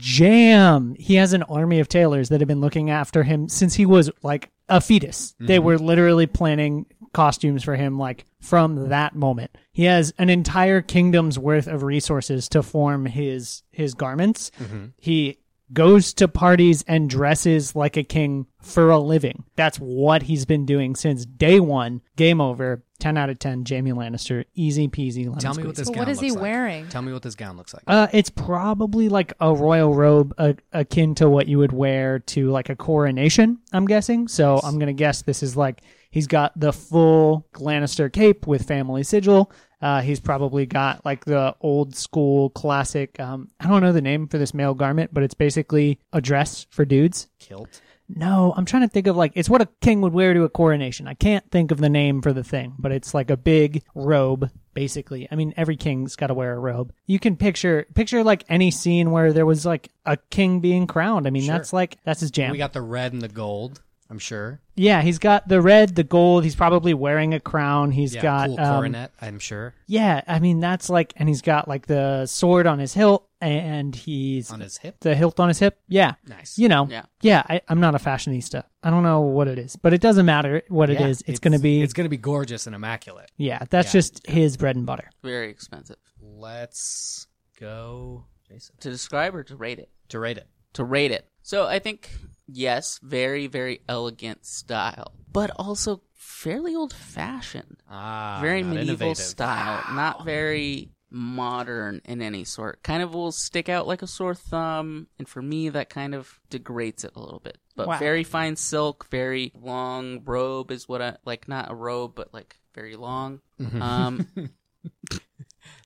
jam. He has an army of tailors that have been looking after him since he was like a fetus. They were literally planning costumes for him like from that moment. He has an entire kingdom's worth of resources to form his his garments. He goes to parties and dresses like a king for a living. That's what he's been doing since day 1. Game over. 10 out of 10 Jamie Lannister. Easy peasy. lemon Tell me what squeezy. this. But gown what is he looks like. wearing? Tell me what this gown looks like. Uh, it's probably like a royal robe uh, akin to what you would wear to like a coronation, I'm guessing. So I'm going to guess this is like he's got the full Lannister cape with family sigil. Uh, he's probably got like the old school classic. Um, I don't know the name for this male garment, but it's basically a dress for dudes. Kilt. No, I'm trying to think of like it's what a king would wear to a coronation. I can't think of the name for the thing, but it's like a big robe basically. I mean, every king's got to wear a robe. You can picture picture like any scene where there was like a king being crowned. I mean, that's like that's his jam. We got the red and the gold. I'm sure. yeah, he's got the red, the gold. He's probably wearing a crown. He's Yeah, got cool um, coronet. I'm sure Yeah, I mean, that's like and he's got like the sword on his hilt and he's on his hip. the hilt on his hip. Yeah. Nice. You know, Yeah. I, I'm not a fashionista. I don't know what it is, but it doesn't matter what it Yeah, is. It's, going to be, It's gonna be gorgeous and immaculate. yeah, that's yeah. just his bread and butter. very expensive? Let's go, Jason, To describe or to rate it? to rate it. to rate it. So I think yes, very very elegant style, but also fairly old fashioned, Ah, very not medieval innovative. style, not very modern in any sort. Kind of will stick out like a sore thumb, and for me that kind of degrades it a little bit. But Wow. very fine silk, very long robe is what I like. Not a robe, but like very long. Mm-hmm. Um,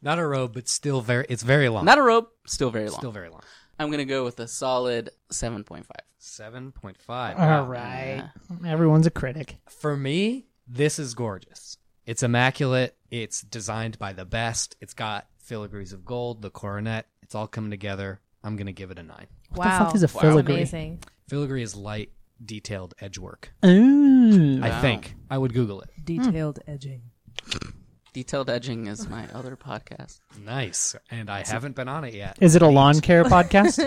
Not a robe, but still very. It's very long. not a robe, still very long. Still very long. I'm gonna go with a solid seven point five. Seven point five. All right. Everyone's a critic. For me, this is gorgeous. It's immaculate. It's designed by the best. It's got filigrees of gold, the coronet. It's all coming together. I'm gonna give it a nine. Wow. the fuck is a That's filigree? amazing. Filigree is light, detailed edge work. Ooh. I think I would Google Hmm. it. Detailed edging. Detailed edging is my other podcast. Nice, and I haven't been on it yet. Is it a lawn care podcast?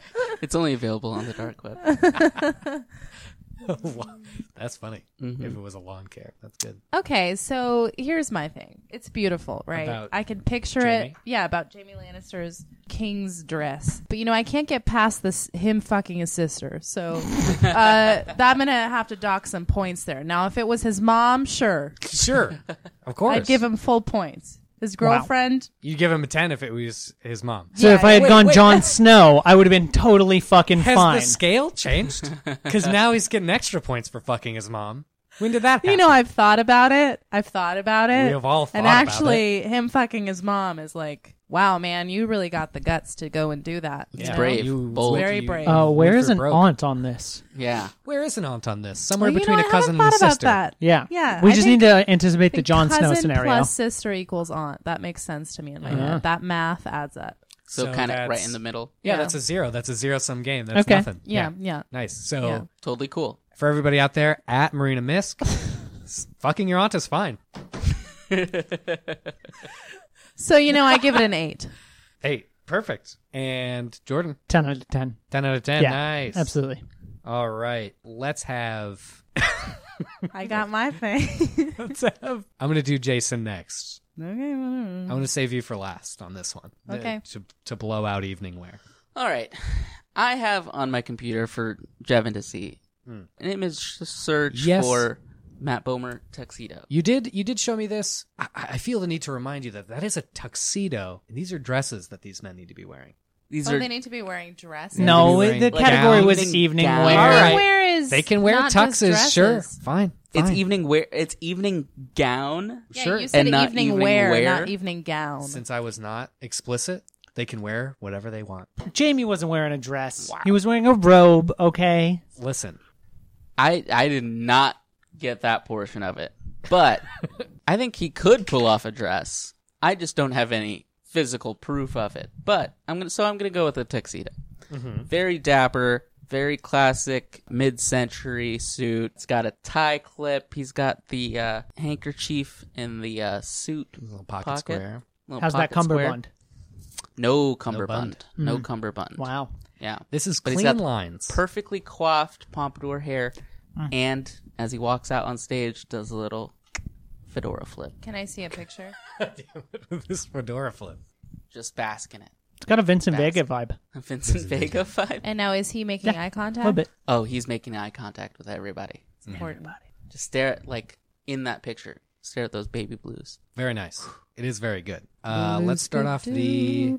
It's only available on the dark web. That's funny. Mm-hmm. If it was a lawn care, that's good. Okay, so here's my thing. It's beautiful, right? About I can picture Jamie? it. Yeah, about Jamie Lannister's king's dress. But you know, I can't get past this him fucking his sister. So uh, I'm gonna have to dock some points there. Now, if it was his mom, sure, Sure, of course. I'd give him full points. His girlfriend, You give him a ten if it was his mom. so if I had wait, gone wait. Jon Snow, I would have been totally fucking Has fine. the scale changed? Because now he's getting extra points for fucking his mom. When did that happen? you know, I've thought about it. I've thought about it. We have all thought and about actually, him fucking his mom is like, wow, man, you really got the guts to go and do that. you know? brave, bold. Very brave. uh, where Luther is an broke. aunt on this? Yeah. Where is an aunt on this? Somewhere Well, you between know, a I cousin haven't and a thought about sister. that. Yeah. Yeah, We I just think- need to anticipate the think Jon Snow cousin scenario. Plus sister equals aunt. That makes sense to me in my head. That math adds up. So, So kind of that's- right in the middle. Yeah, Yeah. that's a zero. That's a zero sum game. That's Okay. nothing. Yeah, yeah. Nice. So Yeah. Totally cool. for everybody out there at Marina Misk, s- fucking your aunt is fine. So you know, I give it an eight. Hey, perfect. And Jordan, 10 out of 10. ten out of ten. Yeah. nice. Absolutely. All right. Let's have I got my thing. let's have I'm gonna do Jason next. Okay. well, I don't I know. want to save you for last on this one. The- Okay. To, to blow out evening wear. All right. I have on my computer for Jevin to see Hmm. an image search Yes. for Matt Bomer tuxedo. You did you did show me this. I, I I feel the need to remind you that that is a tuxedo. And these are dresses that these men need to be wearing. These Oh, are they need to be wearing dresses. No, Evening the wear. category was Gowns. evening Gowns. wear. All right. Wear is They can wear not just tuxes, sure. dresses. Fine. it's fine. evening wear. It's evening gown. Yeah, Sure. you said And not evening, evening wear, wear. not evening gown. Since I was not explicit, they can wear whatever they want. Jamie wasn't wearing a dress. He was wearing a robe, okay? Listen, I I did not get that portion of it, but I think he could pull off a dress. I just don't have any physical proof of it. But I'm gonna so I'm gonna go with a tuxedo. Mm-hmm. Very dapper, very classic mid-century suit. It's got a tie clip. He's got the uh, handkerchief in the uh, suit little pocket, Pocket. square. little How's that pocket square. cummerbund? No cummerbund. bund. No Mm. cummerbund. Wow. Yeah This is But he's clean got lines. perfectly coiffed pompadour hair, and as he walks out on stage, does a little fedora flip, Can I see a picture? this fedora flip. just bask in it. It's got a Vincent That's- Vega vibe. Vincent Vega vibe. And now is he making eye A contact? little bit. Oh, he's making eye contact with everybody. It's important. Just stare at like in that picture. Stare at those baby blues. Very nice. It is very good. Uh, let's start off the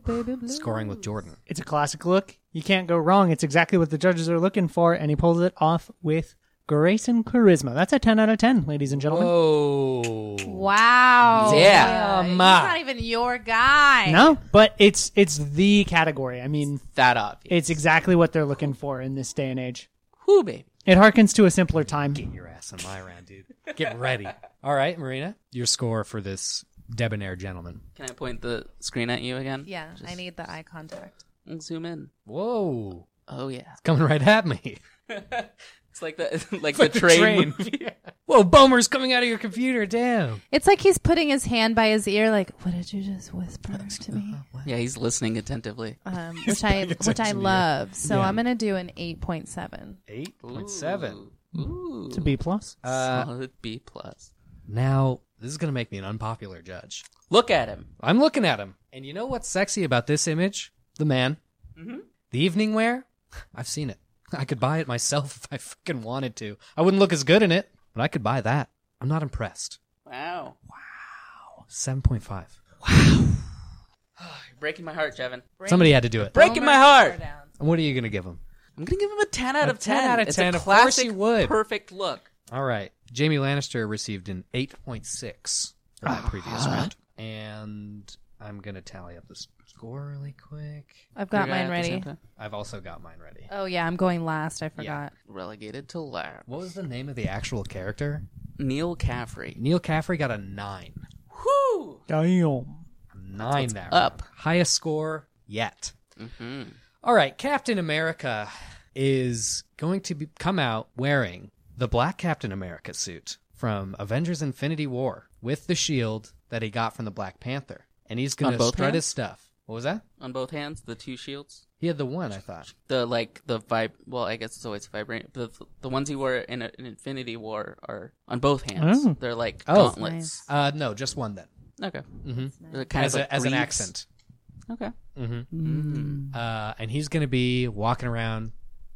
scoring with Jordan. It's a classic look. You can't go wrong. It's exactly what the judges are looking for, and he pulls it off with grace and charisma. That's a 10 out of 10, ladies and gentlemen. Oh. Wow. Yeah. He's not even your guy. No, but it's it's the category. I mean, That obvious. it's exactly what they're looking for in this day and age. Whoo, baby. It harkens to a simpler time. Your ass in my round, dude. Get ready. All right, Marina, your score for this debonair gentleman. Can I point the screen at you again? Yeah, I need the eye contact. Zoom in. Whoa. Oh yeah. Coming right at me. It's like the like the train. movie. Whoa, Bomer's coming out of your computer. Damn. It's like he's putting his hand by his ear, like, "What did you just whisper to me?" Yeah, he's listening attentively. Um, which I which I love. So I'm gonna do an eight point seven. 8.7. Ooh. It's a B plus. solid B plus. Now, this is going to make me an unpopular judge. Look at him. I'm looking at him. And you know what's sexy about this image? The man. The evening wear? I've seen it. I could buy it myself if I fucking wanted to. I wouldn't look as good in it, but I could buy that. I'm not impressed. Wow. 7.5. You're breaking my heart, Jevin. Somebody had to do it. Breaking Oh my heart. What are you going to give him? I'm gonna give him a ten out A of 10 ten. out of It's 10, A of course classic, you would. Perfect look. All right. Jamie Lannister received an 8.6 for that previous round. And I'm going to tally up the score really quick. I've got You're mine gonna have to ready. send it. I've also got mine ready. Oh yeah, I'm going last. I forgot. Relegated to lab. What was the name of the actual character? Neil Caffrey. Neil Caffrey got a nine. Whoo! Damn. A nine there. up. Mm-hmm. Highest score yet. All right. Captain America is going to be, come out wearing the black Captain America suit from Avengers Infinity War with the shield that he got from the Black Panther. And he's going On to both strut his hands? stuff. What was that? On both hands, the two shields. He had the one, I thought. The like the vibe. Well, I guess it's always vibrant. The the ones he wore in, in Infinity War are on both hands. Oh. They're like Oh. gauntlets. Uh, no, just one then. Okay. Mm-hmm. Kind As, of a, as an greaves. accent. Okay. Uh, and he's going to be walking around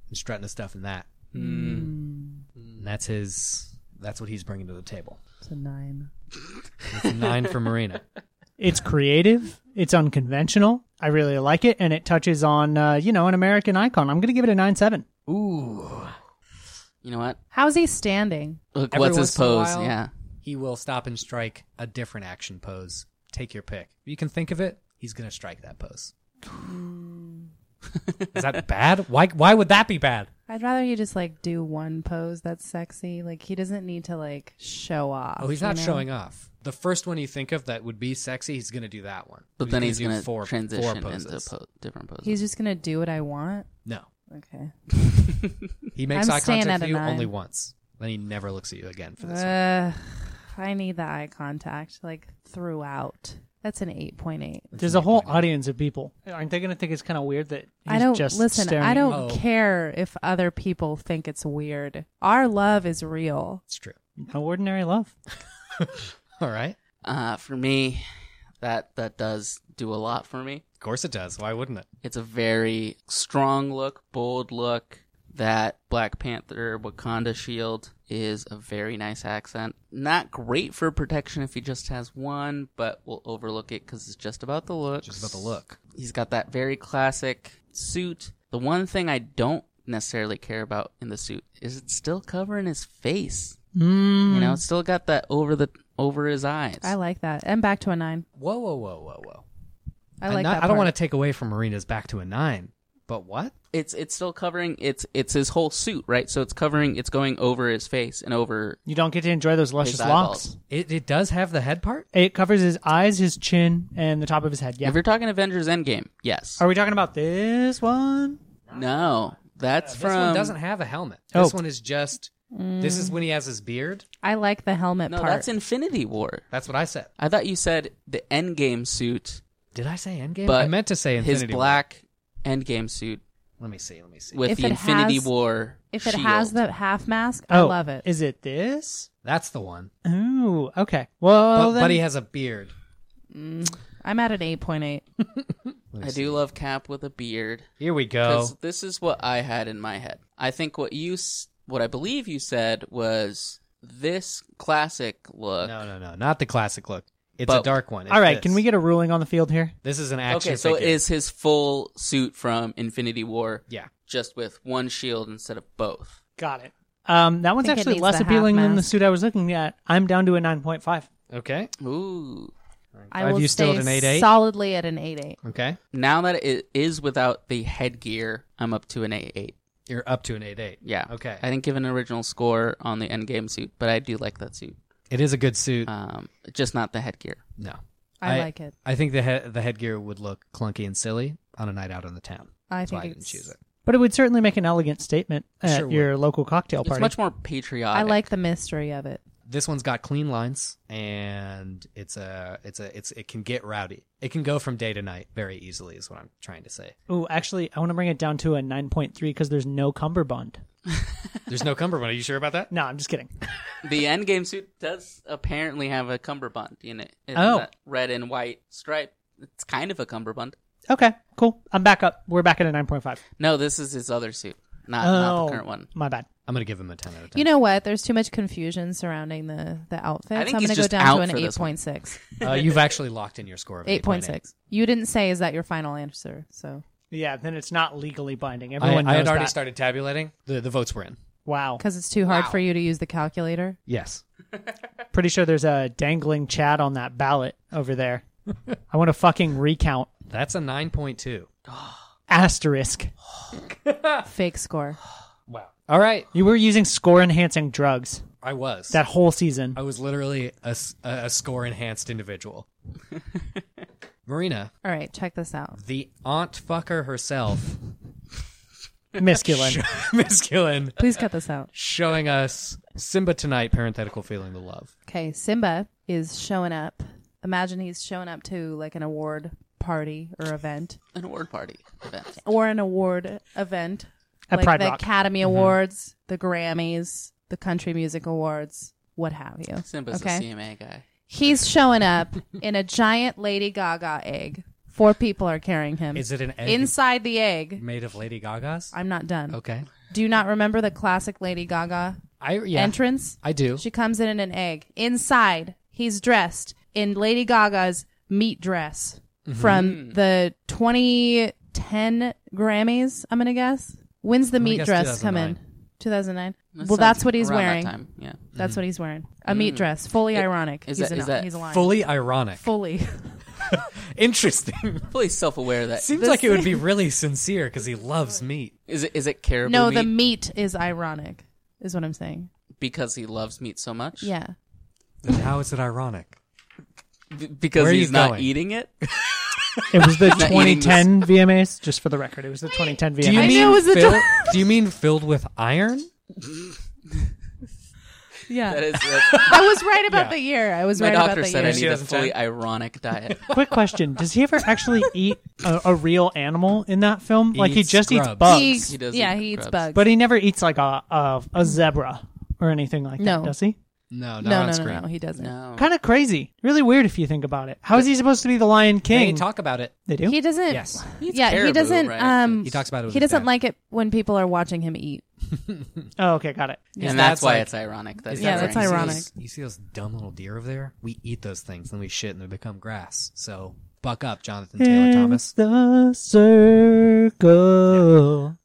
and strutting his stuff in that. And that's his. That's what he's bringing to the table. It's a nine. It's a nine for Marina. It's creative. It's unconventional. I really like it, and it touches on uh, you know an American icon. I'm going to give it a nine seven. Ooh. You know what? How's he standing? Look, Every what's once his in a pose? while- Yeah. He will stop and strike a different action pose. Take your pick. If you can think of it, he's going to strike that pose. Is that bad? Why? Why would that be bad? I'd rather you just like do one pose that's sexy. Like he doesn't need to like show off. Oh, he's you not know? showing off. The first one you think of that would be sexy, he's going to do that one. But then he's do gonna four- transition four into poses. po- different poses. He's just gonna do what I want. no. Okay. He makes I'm eye staying contact at a with you nine. Uh. only once. Then he never looks at you again for this. one. Ugh, I need the eye contact like throughout. That's an eight point eight. There's a whole audience of people. Aren't they going to think it's kind of weird that he's I don't just listen. Staring I don't Oh. care if other people think it's weird. Our love is real. It's true. No ordinary love. All right. Uh, for me, that that does do a lot for me. Of course it does. Why wouldn't it? It's a very strong look, bold look. That Black Panther Wakanda shield is a very nice accent. Not great for protection if he just has one, but we'll overlook it because it's just about the look. Just about the look. He's got that very classic suit. The one thing I don't necessarily care about in the suit is it's still covering his face. Mm. You know, it's still got that over the over his eyes. I like that. And back to a nine. Whoa, whoa, whoa, whoa, whoa. I like that. I don't part. want to take away from Marina's back to a nine, but what? it's it's still covering it's it's his whole suit, right? So it's covering it's going over his face and over You don't get to enjoy those luscious His eyeballs. locks. It, it does have the head part? It covers his eyes, his chin, and the top of his head. Yeah. If you're talking Avengers Endgame, yes. Are we talking about this one? no. That's This from one doesn't have a helmet. This Oh. one is just. This is when he has his beard. I like the helmet No, part. that's Infinity War. That's what I said. I thought you said the Endgame suit, Did I say Endgame? but I meant to say Infinity his War. black Endgame suit Let me see. Let me see. with If the it Infinity has- War. if it shield. has the half mask, Oh, I love it. Oh, Is it this? That's the one. Oh, okay. Well, but, then, but he has a beard. I'm at an 8.8. Let me I see. do love Cap with a beard. Here we go. Because this is what I had in my head. I think what you, s- what I believe you said was this classic look. No, no, no. Not the classic look. It's a But- dark one. It's all right. this. Can we get a ruling on the field here? This is an action okay, so it figure. is his full suit from Infinity War, Yeah. just with one shield instead of both. Got it. Um, that one's Think it actually needs less the half appealing than the mask. suit I was looking at. I'm down to a nine point five. Okay. Ooh. I Have will you still stay at an 8.8? solidly at an 8.8. Okay. Now that it is without the headgear, I'm up to an 8 8. You're up to an eight eight. Yeah. Okay. I didn't give an original score on the Endgame suit, but I do like that suit. It is a good suit. Um, just not the headgear. no. I, like it. I think the he- the headgear would look clunky and silly on a night out in the town. I That's why think I didn't it's- choose it. But it would certainly make an elegant statement at Sure would. your local cocktail It's party. much more patriotic. I like the mystery of it. This one's got clean lines, and it's a it's a it's it can get rowdy. It can go from day to night very easily. Is what I'm trying to say. Ooh, actually, I want to bring it down to a nine point three because there's no cummerbund. There's no cummerbund. Are you sure about that? No, I'm just kidding. the Endgame suit does apparently have a cummerbund in it. It's Oh. that red and white stripe. It's kind of a cummerbund. Okay, cool. I'm back up. We're back at a nine point five. No, this is his other suit, Oh. not, not the current one. my bad. I'm gonna give him a ten out of ten. You know what? There's too much confusion surrounding the, the outfits. I think I'm he's gonna go just down out to an for this one. 8.6. uh, you've actually locked in your score of 8.6. 8.8. You didn't say, is that your final answer? So, Yeah, then it's not legally binding. I, Everyone knows I had already that. started tabulating. The the votes were in. Wow. because it's too hard for you to use the calculator. Yes. Pretty sure there's a dangling chat on that ballot over there. I want to fucking recount. That's a 9.2. Asterisk. Fake score. Wow. All right. You were using score enhancing drugs I was. that whole season. I was literally a, s- a- a score enhanced individual. Marina, All right, check this out. the aunt fucker herself, Misculin. Miss Gillen, Please cut this out. showing us Simba tonight, parenthetical feeling the love. Okay, Simba is showing up. Imagine he's showing up to like an award party or event An award party event. or an award event At like Pride the Rock. Academy Mm-hmm. Awards, the Grammys, the Country Music Awards, what have you. Simba's okay? a CMA guy. He's showing up in a giant Lady Gaga egg. Four people are carrying him. Is it an egg Inside the egg. made of Lady Gaga's? I'm not done. Okay. Do you not remember the classic Lady Gaga I yeah. entrance? I do. She comes in in an egg. Inside, he's dressed in Lady Gaga's meat dress from the 2010 Grammys, I'm going to guess. When's the gonna meat guess dress come in? 2009. 2009. That well, that's sounds what he's around that wearing. time, Yeah. That's what he's wearing. A meat dress. Fully ironic. is he's, that- an, is that he's a lion. Fully ironic. Fully. Interesting. Fully self-aware that Seems like it would be really sincere because he loves meat. is it is it caribou no, meat the meat is ironic, is what I'm saying. because he loves meat so much? Yeah. Then how is it ironic? B- because Where are you he's not going? eating it. It was the Not eating this. 2010 VMAs, just for the record. It was the 2010 Do you VMAs. I knew mean it was a fill- dog. do you mean filled with iron? Yeah. That is that's, I was right about the year. I was my right about doctor the said year. I need a 2010. fully ironic diet. Quick question: Does he ever actually eat a, a real animal in that film? like he eats just eats grubs. bugs, He eats- He does yeah, eat he eats grubs. bugs. but he never eats like a a, a zebra or anything like No. that, does he? No, not No, on no, screen. no, no. He doesn't. No. Kind of crazy. Really weird if you think about it. How is he supposed to be the Lion They King? talk about it. They do. He doesn't. Yes. He's yeah, he caribou, doesn't. right? Um, He talks about it. With he his doesn't dad. like it when people are watching him eat. oh, okay, got it. and that- that's, why like- it's ironic. That Is Yeah, that that's right? You see ironic. those- You see those dumb little deer over there? We eat those things, then we shit, and they become grass. So buck up, Jonathan Taylor And Thomas. the circle.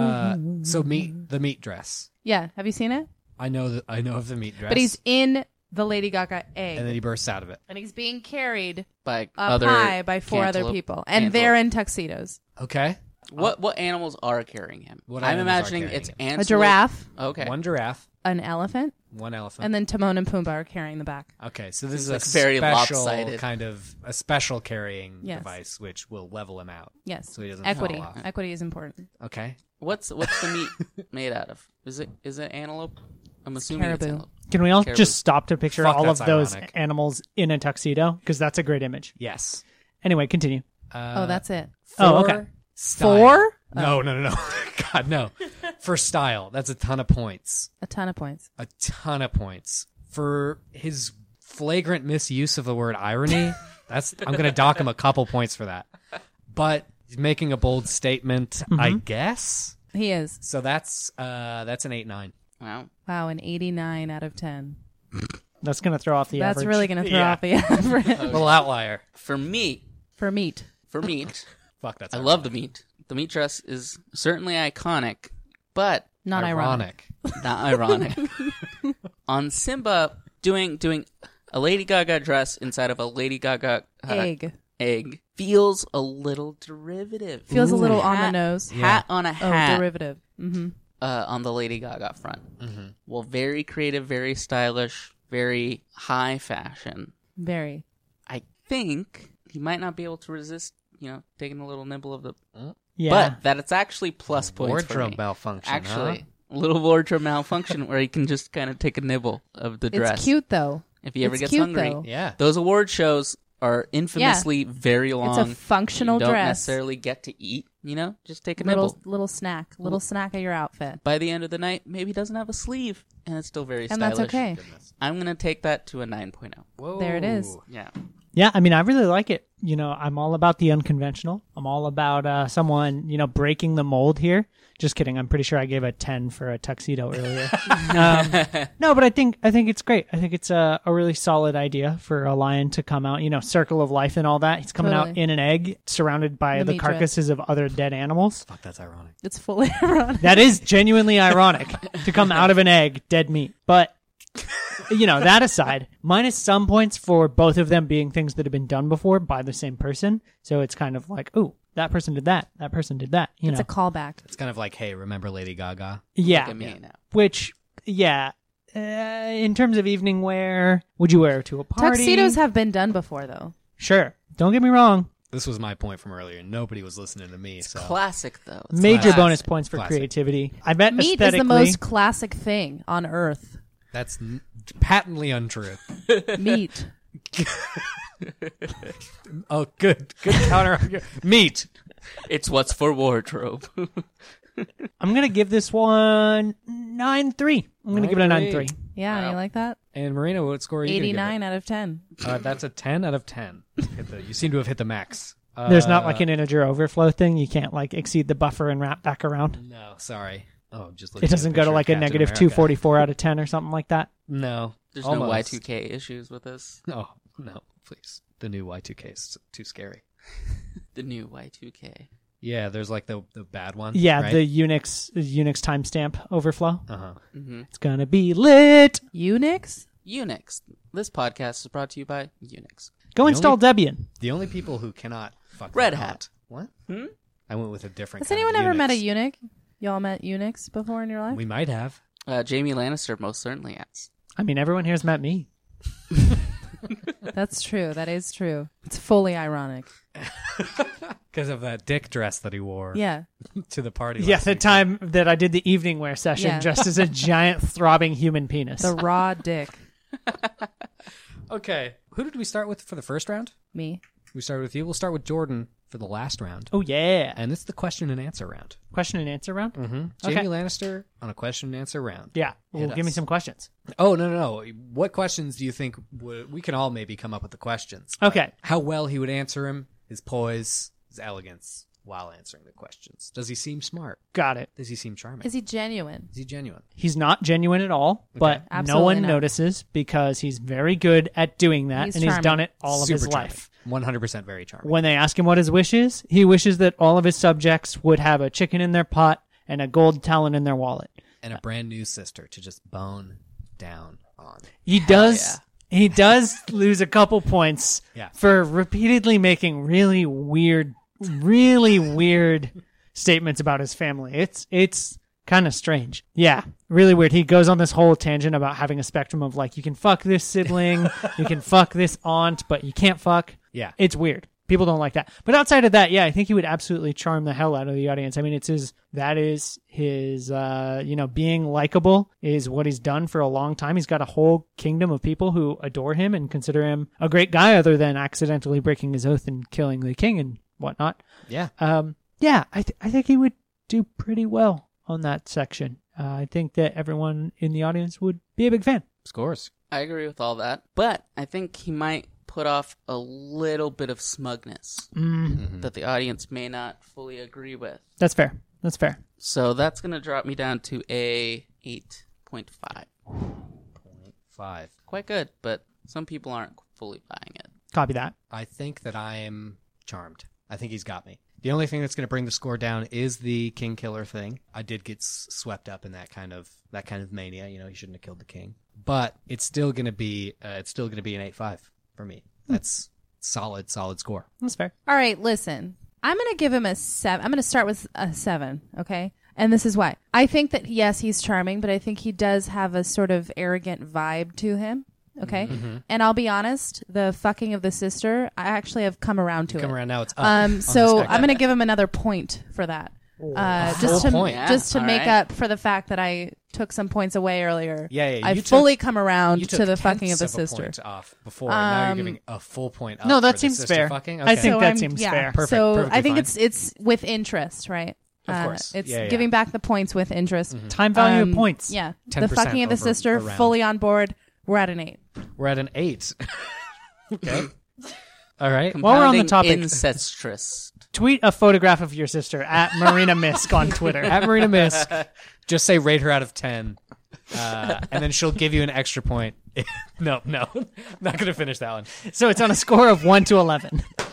Uh, so meat, the meat dress. Yeah. Have you seen it? I know that I know of the meat dress. But he's in the Lady Gaga egg, and and, then he bursts out of it. he's being carried by up other high by four other cantaloupe- people, cantaloupe. and they're in tuxedos. Okay, What what animals are carrying him? What I'm animals are imagining carrying it's him? antelope. A giraffe, Okay. one giraffe, an elephant, one elephant, and then Timon and Pumbaa are carrying the back. Okay, so this is like a very special lopsided. kind of a special carrying Yes. device, which will level him out. Yes. So he doesn't Equity. fall off. Equity is important. Okay, What's what's the meat made out of? Is it is it antelope? I'm assuming it's caribou. antelope. Can we all Caribou. just stop to picture Fuck, all of that's those ironic. animals in a tuxedo? Because that's a great image. yes. Anyway, continue. Uh, oh, that's it. Oh, for okay. style. Four? No, no, no, no. God, no. For style, that's a ton of points. A ton of points. A ton of points for his flagrant misuse of the word irony. that's I'm going to dock him a couple points for that. But he's making a bold statement, Mm-hmm. I guess. He is. So that's uh that's an eight nine. Wow. Wow, an 89 out of 10. That's going to throw off the That's average. really going to throw Yeah. off the average Little outlier. For meat, for meat. for meat, Fuck, that's I love the meat. The meat dress is certainly iconic, but Not ironic. ironic. not ironic. On Simba doing doing a Lady Gaga dress inside of a Lady Gaga uh, Egg. egg feels a little derivative. Feels a little Ooh. on the Hat- nose. Hat on a Oh, hat derivative. hmm uh, on the Lady Gaga front. Well, very creative, very stylish, very high fashion. Very. I think he might not be able to resist, you know, taking a little nibble of the. yeah. But that it's actually plus points for me. Wardrobe malfunction. Actually, little wardrobe malfunction where he can just kind of take a nibble of the dress. It's cute though. If he ever It's gets cute, hungry, huh? though. yeah. those award shows are infamously very long. It's a functional you don't dress. necessarily get to eat. You know, just take a little nibble. little snack, little snack of your outfit, By the end of the night, maybe he doesn't have a sleeve, and it's still very and stylish. that's okay. I'm gonna take that to a 9.0. Whoa. There it is. Yeah, Yeah, I mean, I really like it. You know, I'm all about the unconventional. I'm all about uh, someone, you know, breaking the mold here. Just kidding. I'm pretty sure I gave a 10 for a tuxedo earlier. um, no, but I think I think it's great. I think it's a, a really solid idea for a lion to come out. You know, circle of life and all that. He's coming out Totally. in an egg, surrounded by The the, meat dress. carcasses of other dead animals. Fuck, that's ironic. It's fully ironic. That is genuinely ironic to come out of an egg, dead meat. But you know, that aside, minus some points for both of them being things that have been done before by the same person. So it's kind of like, ooh, that person did that. That person did that. You It's know, a callback. It's kind of like, hey, remember Lady Gaga? yeah. Look at me now. Which, yeah, uh, in terms of evening wear, would you wear it to a party? Tuxedos have been done before though. sure. Don't get me wrong. This was my point from earlier. Nobody was listening to me. So Classic though. It's Major classic. bonus points for Classic. creativity. I bet Meat is aesthetically, the most classic thing on earth. that's n- patently untrue. Meat. Oh, good, good counter. Meat. It's what's for wardrobe. I'm gonna give this one nine three. I'm gonna give it a nine three. Yeah, Wow. you like that? And Marina, what score are you? gonna give it? 89 out of 10. Uh, that's a ten out of ten. Hit the, you seem to have hit the max. Uh, There's not like an integer overflow thing. You can't like exceed the buffer and wrap back around. No, sorry. Oh, just looking It at doesn't go picture to of like a Captain negative America. 244 out of 10 or something like that. No, There's no almost. Y2K issues with this. No, Oh, no, please. The new Y two K is too scary. The new Y2K. Yeah, there's like the the bad one. Yeah, right? the Unix Unix timestamp overflow. Uh huh. It's gonna be lit. Unix? Unix. This podcast is brought to you by Unix. Go install Debian. The only people who cannot fuck Red their Hat. aunt. What? Hmm? I went with a different. Has kind anyone of ever Unix. met a eunuch? Y'all met eunuchs before in your life? We might have. Uh, Jamie Lannister most certainly has. I mean, everyone here's met me. That's true. That is true. It's fully ironic. Because of that dick dress that he wore Yeah. to the party. Yeah, last the week. time that I did the evening wear session Yeah. dressed as a giant throbbing human penis. The raw dick. Okay. Who did we start with for the first round? Me. We started with you. We'll start with Jordan. for the last round, Oh yeah. and it's the question and answer round. Question and answer round. Mm-hmm. Okay. Jamie Lannister on a question and answer round. Yeah. Well, Hit give me us. some questions. Oh no, no, no! What questions do you think w- we can all maybe come up with the questions? Okay. How well he would answer him, his poise, his elegance while answering the questions. Does he seem smart? Got it. Does he seem charming? Is he genuine? Is he genuine? He's not genuine at all, but no Absolutely one not. notices because he's very good at doing that He's and he's charming. done it all of his life. One hundred percent very charming. When they ask him what his wish is, he wishes that all of his subjects would have a chicken in their pot and a gold talon in their wallet. and a brand new sister to just bone down on. He does he does lose a couple points Yeah. for repeatedly making really weird really weird statements about his family. It's it's kind of strange. Yeah, really weird. He goes on this whole tangent about having a spectrum of like you can fuck this sibling, you can fuck this aunt, but you can't fuck. Yeah. It's weird. People don't like that. But outside of that, yeah, I think he would absolutely charm the hell out of the audience. I mean, it's his, that is his, uh, you know, being likable is what he's done for a long time. He's got a whole kingdom of people who adore him and consider him a great guy other than accidentally breaking his oath and killing the king and whatnot. Yeah. Um, yeah, I, th- I think he would do pretty well on that section. Uh, I think that everyone in the audience would be a big fan. Scores. I agree with all that, but I think he might put off a little bit of smugness Mm-hmm. that the audience may not fully agree with. That's fair. That's fair. So that's going to drop me down to a 8.5. Five. Quite good, but some people aren't fully buying it. Copy that. I think that I am charmed. I think he's got me. The only thing that's going to bring the score down is the king killer thing. I did get s- swept up in that kind of that kind of mania. You know, he shouldn't have killed the king, but it's still going to be uh, it's still going to be an eight five for me. That's solid, solid score. That's fair. All right, listen. I'm going to give him a seven. I'm going to start with a seven, okay? And this is why. I think that, yes, he's charming, but I think he does have a sort of arrogant vibe to him, okay? Mm-hmm. And I'll be honest, the fucking of the sister, I actually have come around to Come it. around now, it's up on Um, the so spectrum. I'm going to give him another point for that. Uh, just to point. just to Yeah, make alright. up for the fact that I took some points away earlier. Yeah, yeah, I you took- fully come around You to took the fucking of the tenths a sister. Um, point off before. now you're giving a full point. Up no, that for the seems sister fair. Fucking? I Okay. think So that I'm- seems yeah. fair. Perfect, So perfectly I think fine. it's it's with interest, right? Uh, Of course. it's Yeah, yeah. giving back the points with interest. Time value Um, of points. Yeah, the 10% fucking of the over sister, around. fully on board. We're at an eight. we're at an eight. okay. All right. While we're on the Compounding topic- incestuous. Tweet a photograph of your sister at Marina Misk on Twitter. at Marina Misk, just say rate her out of 10. Uh, and then she'll give you an extra point. no, no. I'm not going to finish that one. So it's on a score of 1 to 11. With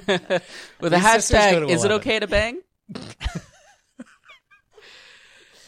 a These sisters go hashtag, to is it 11. okay to bang?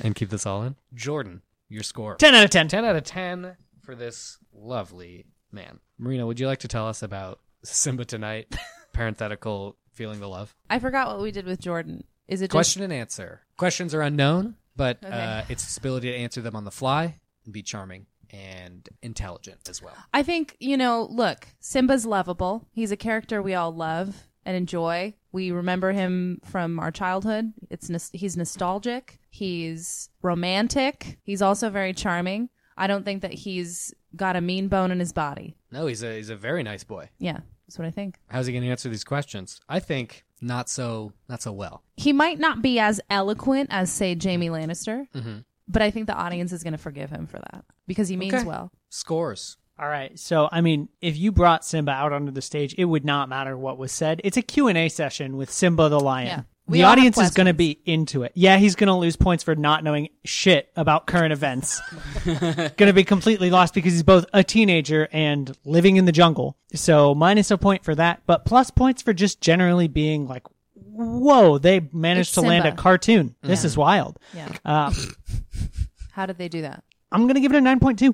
And keep this all in. Jordan, your score 10 out of 10. 10 out of 10 for this lovely man. Marina, would you like to tell us about Simba Tonight? Parenthetical feeling the love. I forgot what we did with Jordan. Is it just Question and answer. Questions are unknown, but uh, Okay. it's his ability to answer them on the fly and be charming and intelligent as well. I think, you know, look, Simba's lovable. He's a character we all love and enjoy. We remember him from our childhood. It's nos- he's nostalgic. He's romantic. He's also very charming. I don't think that he's got a mean bone in his body. No, he's a he's a very nice boy. Yeah, that's what I think. How's he going to answer these questions? I think not so not so well. He might not be as eloquent as say Jamie Lannister, Mm-hmm. but I think the audience is going to forgive him for that because he means Okay. well. Scores. All right. So, I mean, if you brought Simba out onto the stage, it would not matter what was said. It's a Q&A session with Simba the lion. Yeah. We The all have audience is going to be into it. Yeah, he's going to lose points for not knowing shit about current events. going to be completely lost because he's both a teenager and living in the jungle. So, minus a point for that, but plus points for just generally being like, whoa, they managed It's to land a Simba. cartoon. This is wild. Yeah. Uh, How did they do that? I'm going to give it a 9.2.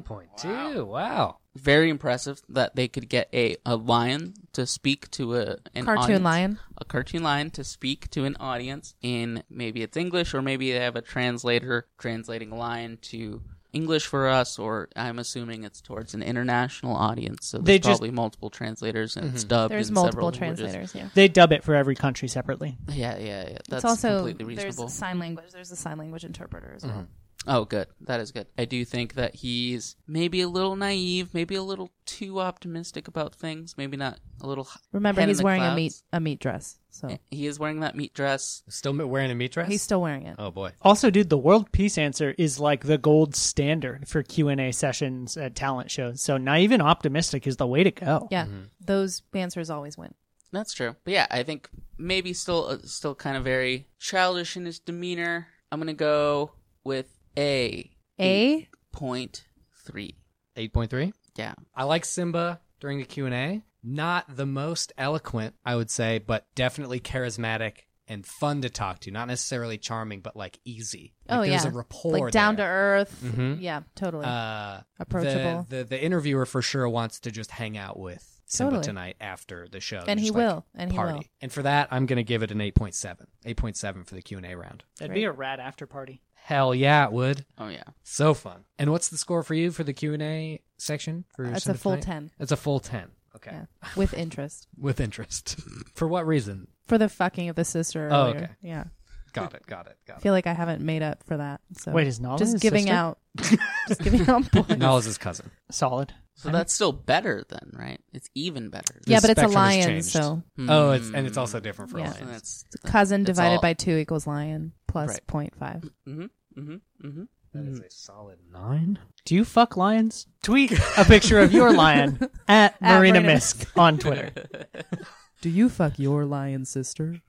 9.2. Wow. wow. Very impressive that they could get a, a lion to speak to a an Cartoon audience. lion. a cartoon lion to speak to an audience in maybe it's English or maybe they have a translator translating lion to English for us, or I'm assuming it's towards an international audience. So They there's just- Mm-hmm. probably multiple translators and it's dubbed. There's in multiple several languages. translators, yeah. They dub it for every country separately. Yeah, yeah, yeah. That's it's also completely reasonable. Mm-hmm. there's sign language. There's a sign language interpreter as well. Oh, good. That is good. I do think that he's maybe a little naive, maybe a little too too optimistic about things. Maybe not a little. h- Remember, head in he's the wearing clouds. a meat a meat dress, so He is wearing that meat dress. Still wearing a meat dress? he's still wearing it. Oh boy. Also, dude, the world peace answer is like the gold standard for Q and A sessions at talent shows. So naive and optimistic is the way to go. Yeah, Mm-hmm. those answers always win. That's true. But yeah, I think maybe still uh, still kind of very childish in his demeanor. I'm gonna go with a A point three. 8.3. Yeah, I like Simba during the Q&A. Not the most eloquent, I would say, but definitely charismatic and fun to talk to. Not necessarily charming, but like easy. Like, oh there's yeah, a rapport like down there. to earth. Mm-hmm. Mhm. Yeah, totally. uh, Approachable. The, the the interviewer for sure wants to just hang out with Simba Totally. tonight after the show, And he just, will. And he party. will. And for that, I'm gonna give it an 8.7, 8.7 for the Q and A round. That'd be a rad after party. Hell yeah, it would. Oh yeah. So fun. And what's the score for you for the Q and A section? For That's Simba a full tonight? ten. It's a full ten. Okay, Yeah, with interest with interest. for what reason? for the fucking of the sister. Oh, earlier. okay. Yeah, Got it. Got it. I Got it. feel like I haven't made up for that. So Wait, is Nala just his giving sister? out, just giving out points. Nala's his cousin. Solid. So that's still better then, right? It's even better. yeah, but it's a spectrum has lion, changed. so Oh, it's and it's also different for Yeah. all. So that's it's cousin It's divided all- by two equals lion plus Right. point five. mm-hmm, mm-hmm, mm-hmm. That is a solid nine. Do you fuck lions? Tweet a picture of your lion at, At Marina Marina. Misk on Twitter. Do you fuck your lion sister?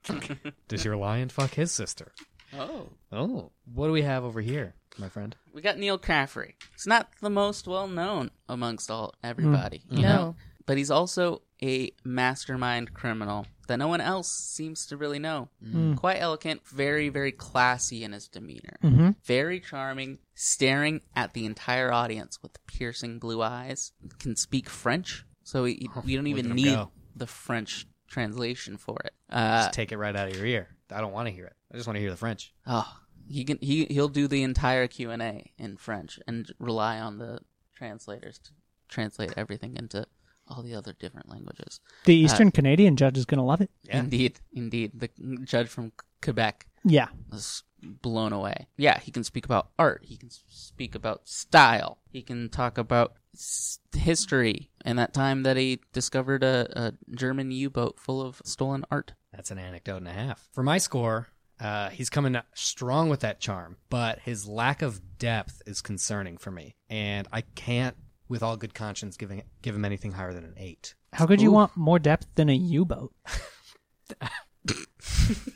Does your lion fuck his sister? Oh, Oh, what do we have over here, my friend? we got Neil Caffrey. He's not the most well known amongst all everybody, Mm. you No. know, but he's also a mastermind criminal that no one else seems to really know. Mm. Quite elegant, very very classy in his demeanor, Mm-hmm. very charming, staring at the entire audience with piercing blue eyes. Can speak French, so he, we don't Oh, Look at even him need go. the French translation for it. Uh, Just take it right out of your ear. I don't want to hear it. I just want to hear the French. Oh, he can he he'll do the entire Q and A in French and rely on the translators to translate everything into all the other different languages. The Eastern Canadian judge is going to love it. Yeah. Indeed, indeed, the judge from Quebec Yeah. was blown away. Yeah, he can speak about art. He can s- speak about style. He can talk about s- history and that time that he discovered a, a German U-boat full of stolen art. That's an anecdote and a half. For my score, uh, he's coming up strong with that charm, but his lack of depth is concerning for me, and I can't, with all good conscience, giving give him anything higher than an eight. How could you want more depth than a U boat?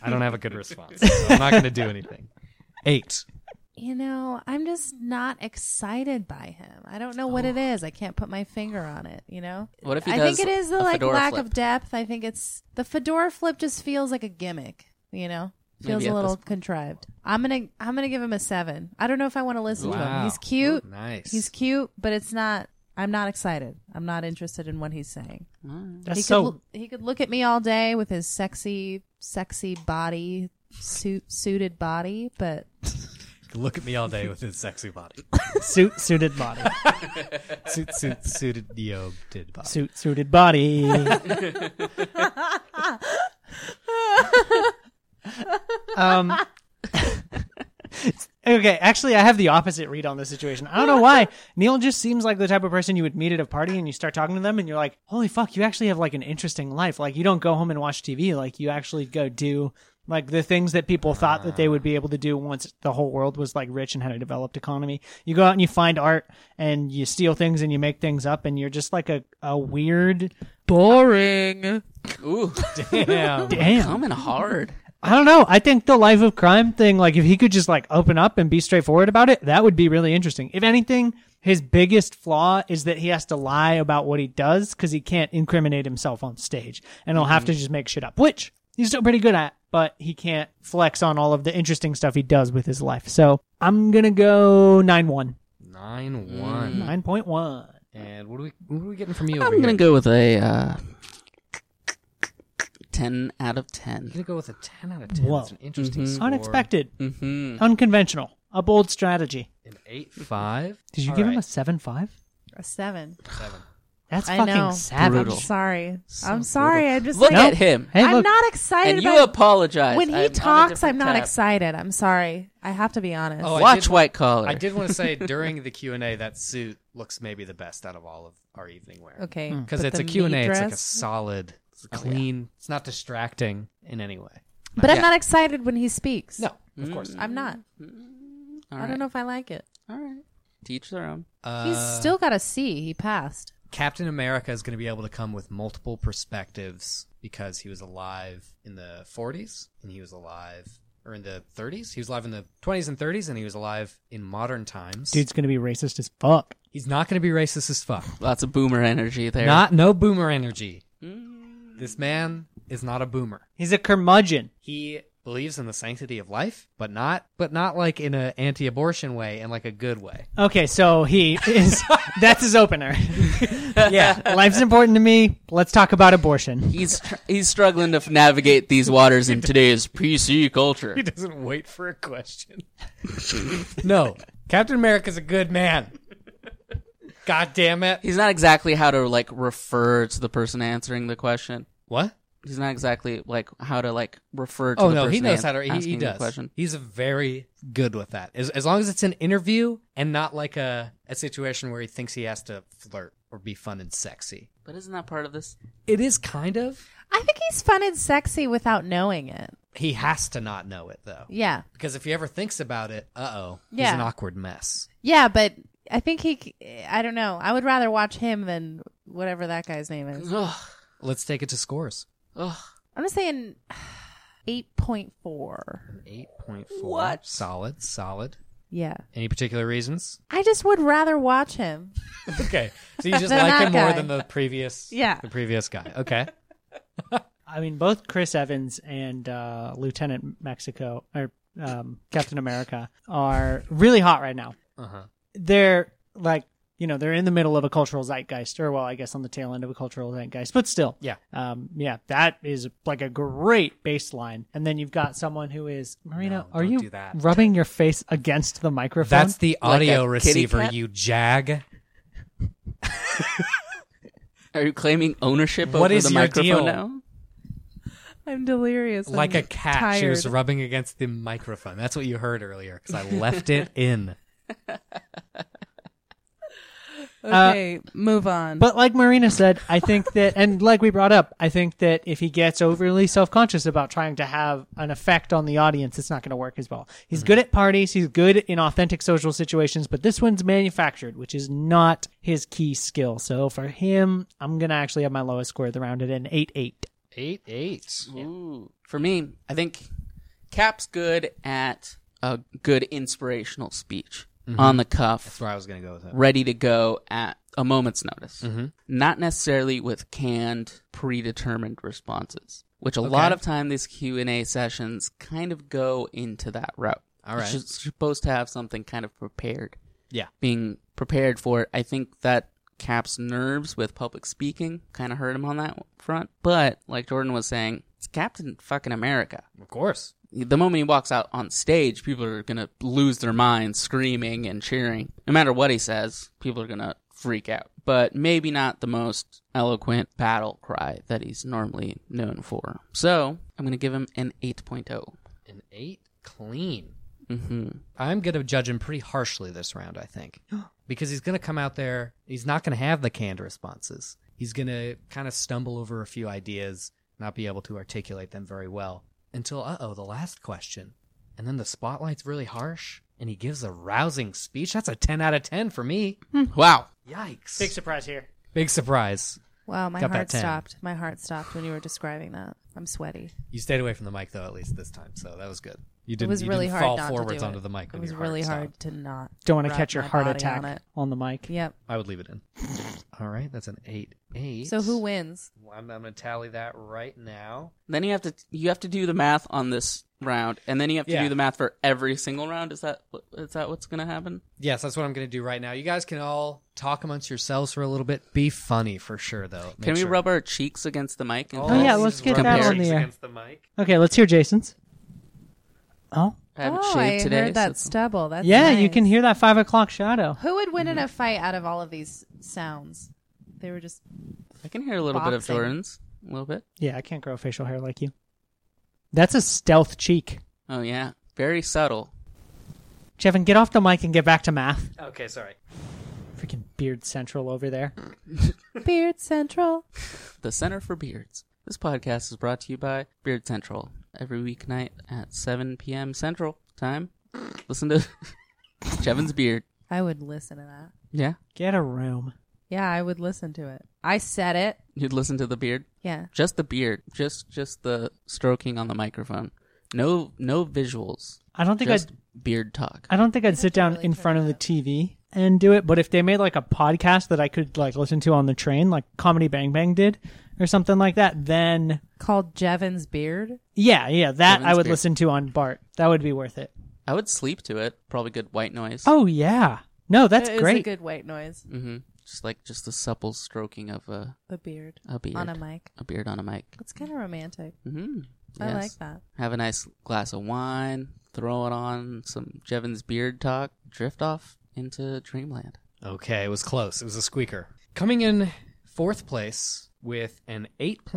I don't have a good response. so I'm not going to do anything. Eight. You know, I'm just not excited by him. I don't know what it is. I can't put my finger on it. You know, Oh. What if he I does think it is the a like fedora lack flip? of depth. I think it's the fedora flip just feels like a gimmick. You know, feels Maybe at a little this- contrived. I'm gonna I'm gonna give him a seven. I don't know if I want to listen to him. He's cute. Nice. He's cute, but it's not. I'm not excited. I'm not interested in what he's saying. That's he so. could l- he could look at me all day with his sexy, sexy body, suit suited body, but Look at me all day with his sexy body. suit suited body. Suit, suit, suited, yo, did body. suit suited body. um, okay, actually, I have the opposite read on this situation. I don't know why. Neil just seems like the type of person you would meet at a party and you start talking to them and you're like, holy fuck, you actually have like an interesting life. Like, you don't go home and watch TV. Like, you actually go do. Like the things that people thought that they would be able to do once the whole world was like rich and had a developed economy. You go out and you find art and you steal things and you make things up and you're just like a, a weird Boring. Ooh, Damn. damn. coming hard. I don't know. I think the life of crime thing, like if he could just like open up and be straightforward about it, that would be really interesting. If anything, his biggest flaw is that he has to lie about what he does because he can't incriminate himself on stage and he'll have to just make shit up, which he's still pretty good at, but he can't flex on all of the interesting stuff he does with his life. So I'm going to go 9 1. Nine one. 9.1. And what are we? What are we getting from you? over I'm gonna here? go with a uh, ten out of I'm ten. gonna go with a ten out of ten. Whoa. That's an interesting score. Unexpected. Mm-hmm. Unconventional. A bold strategy. An eight five. Did you All give him right. a 7 5? a seven. seven? That's I fucking know. savage. Brutal. I'm sorry. So I'm sorry. brutal. I just Look like, No. at him. Hey, I'm look. not excited and you about apologize. when I'm he on a talks. different I'm not tab. excited. I'm sorry. I have to be honest. Oh, I Watch did- White Collar. I did want to say during the Q and A that suit looks maybe the best out of all of our evening wear. okay. because but hmm. it's the a Q and A. meat It's like a dress- solid, Mm. it's clean. It's not distracting in any way. Mm. But I'm Yeah. not excited when he speaks. No, of course. Not. I'm not. All I right. don't know if I like it. All right. Teach their own. Uh, He's still got a C. He passed. Captain America is going to be able to come with multiple perspectives because he was alive in the 40s and he was alive or in the 30s. He was alive in the 20s and 30s and he was alive in modern times. Dude's gonna be racist as fuck. He's not going to be racist as fuck. Lots of boomer energy there. Not no boomer energy. This man is not a boomer. He's a curmudgeon. He believes in the sanctity of life, but not but not like in a anti-abortion way and like a good way. Okay, so he is. that's his opener. yeah, life's important to me. Let's talk about abortion. He's tr- he's struggling to f- navigate these waters in today's PC culture. He doesn't wait for a question. no, Captain America's a good man. God damn it. He's not exactly how to like refer to the person answering the question. What? He's not exactly like how to like refer to Oh the no, person he knows an- how to. He, asking he the does. question. He's very good with that. As, as long as it's an interview and not like a a situation where he thinks he has to flirt or be fun and sexy. But isn't that part of this? It is kind of. I think he's fun and sexy without knowing it. He has to not know it though, Yeah. because if he ever thinks about it, uh oh, he's Yeah. an awkward mess. Yeah, but I think he. c- I don't know. I would rather watch him than whatever that guy's name is. Ugh. Let's take it to scores. Ugh. I'm just saying 8.4. Eight point four. What? Solid. Solid. Yeah. Any particular reasons? I just would rather watch him. Okay, so you just Than like that him more guy. than the previous, Yeah. the previous guy. Okay, I mean, both Chris Evans and uh, Lieutenant Mexico or um, Captain America are really hot right now. uh-huh. They're like, you know, they're in the middle of a cultural zeitgeist, or well, I guess on the tail end of a cultural zeitgeist, but still, yeah. um, yeah, that is like a great baseline. And then you've got someone who is Marina. No, are don't you do that. rubbing your face against the microphone? That's the Like audio a kitty receiver, cat? you jag. Are you claiming ownership What over is the your microphone deal? now? I'm delirious. Like I'm a cat, she was rubbing against the microphone. That's what you heard earlier because I left it in. uh, Okay, move on. But like Marina said, I think that, and like we brought up, I think that if he gets overly self conscious about trying to have an effect on the audience, it's not going to work as well. He's Mm-hmm. good at parties, he's good in authentic social situations, but this one's manufactured, which is not his key skill. So for him, I'm going to actually have my lowest score of the round at an 8 8. Eight eight. Ooh. For me, I think Cap's good at a good inspirational speech on the cuff, Mm-hmm. That's where I was gonna go with it. ready to go at a moment's notice. Mm-hmm. Not necessarily with canned, predetermined responses, which a lot of time these Q and A sessions kind of go into that route. All right. You're supposed to have something kind of prepared Yeah. being prepared for it. I think that Cap's nerves with public speaking kind of hurt him on that front. But like Jordan was saying, it's Captain fucking America. Of course. The moment he walks out on stage, people are gonna lose their minds screaming and cheering. No matter what he says, people are gonna freak out. But maybe not the most eloquent battle cry that he's normally known for. So I'm gonna give him an 8.0. An eight clean. Mm-hmm. I'm going to judge him pretty harshly this round, I think, because he's going to come out there. He's not going to have the canned responses. He's going to kind of stumble over a few ideas, not be able to articulate them very well until, uh oh, the last question. And then the spotlight's really harsh and he gives a rousing speech. That's a 10 out of 10 for me. Wow. Yikes. Big surprise here. Big surprise. wow, my Got that heart 10. stopped. My heart stopped when you were describing that. I'm sweaty. You stayed away from the mic, though, at least this time. So that was good. You didn't, it was you really didn't hard fall not forwards to do onto it. the mic. It when was your really heart hard stopped. to not. Don't want to wrap catch your my heart body attack on it. on the mic. Yep. I would leave it in. All right. That's an 8 8. So who wins? Well, I'm, I'm gonna tally that right now. Then you have to you have to do the math on this round, and then you have to Yeah. do the math for every single round. Is that what- is that what's gonna happen? Yes, that's what I'm gonna do right now. You guys can all talk amongst yourselves for a little bit. Be funny for sure, though. Make Can we sure- rub our cheeks against the mic? And All Oh, yeah, these let's is get rub that your on the cheeks air. against the mic. Okay, let's hear Jason's. Oh, I haven't oh, shaved I today. heard so that it's- stubble. That's yeah, you nice. can hear that five o'clock shadow. Who would win in a fight out of all of these sounds? They were just I can hear a little bit of Boxing. Jordan's. A little bit. Yeah, I can't grow facial hair like you. That's a stealth cheek. Oh yeah. Very subtle. Jevin, get off the mic and get back to math. Okay, sorry. Freaking beard central over there. Beard Central. The Center for Beards. This podcast is brought to you by Beard Central. Every weeknight at 7 p.m. Central time. Listen to Kevin's beard. I would listen to that. Yeah. Get a room. Yeah, I would listen to it. I said it. You'd listen to the beard. Yeah. Just the beard. Just just the stroking on the microphone. No no visuals. I don't think Just I'd beard talk. I don't think I'd sit down in front of the TV and do it, but if they made like a podcast that I could like listen to on the train, like Comedy Bang Bang did or something like that, then Called Jevon's beard. yeah, yeah, that I Kevin's would beard. listen to on Bart. That would be worth it. I would sleep to it. Probably good white noise. Oh yeah. No, that's It was great. a good white noise. Mm-hmm. Just like just the supple stroking of a, The beard a beard. on a mic. A beard on a mic. It's kind of romantic. Mm-hmm. I like that. Have a nice glass of wine. Throw it on some Jevon's beard talk. Drift off into dreamland. Okay, it was close. It was a squeaker. Coming in fourth place with an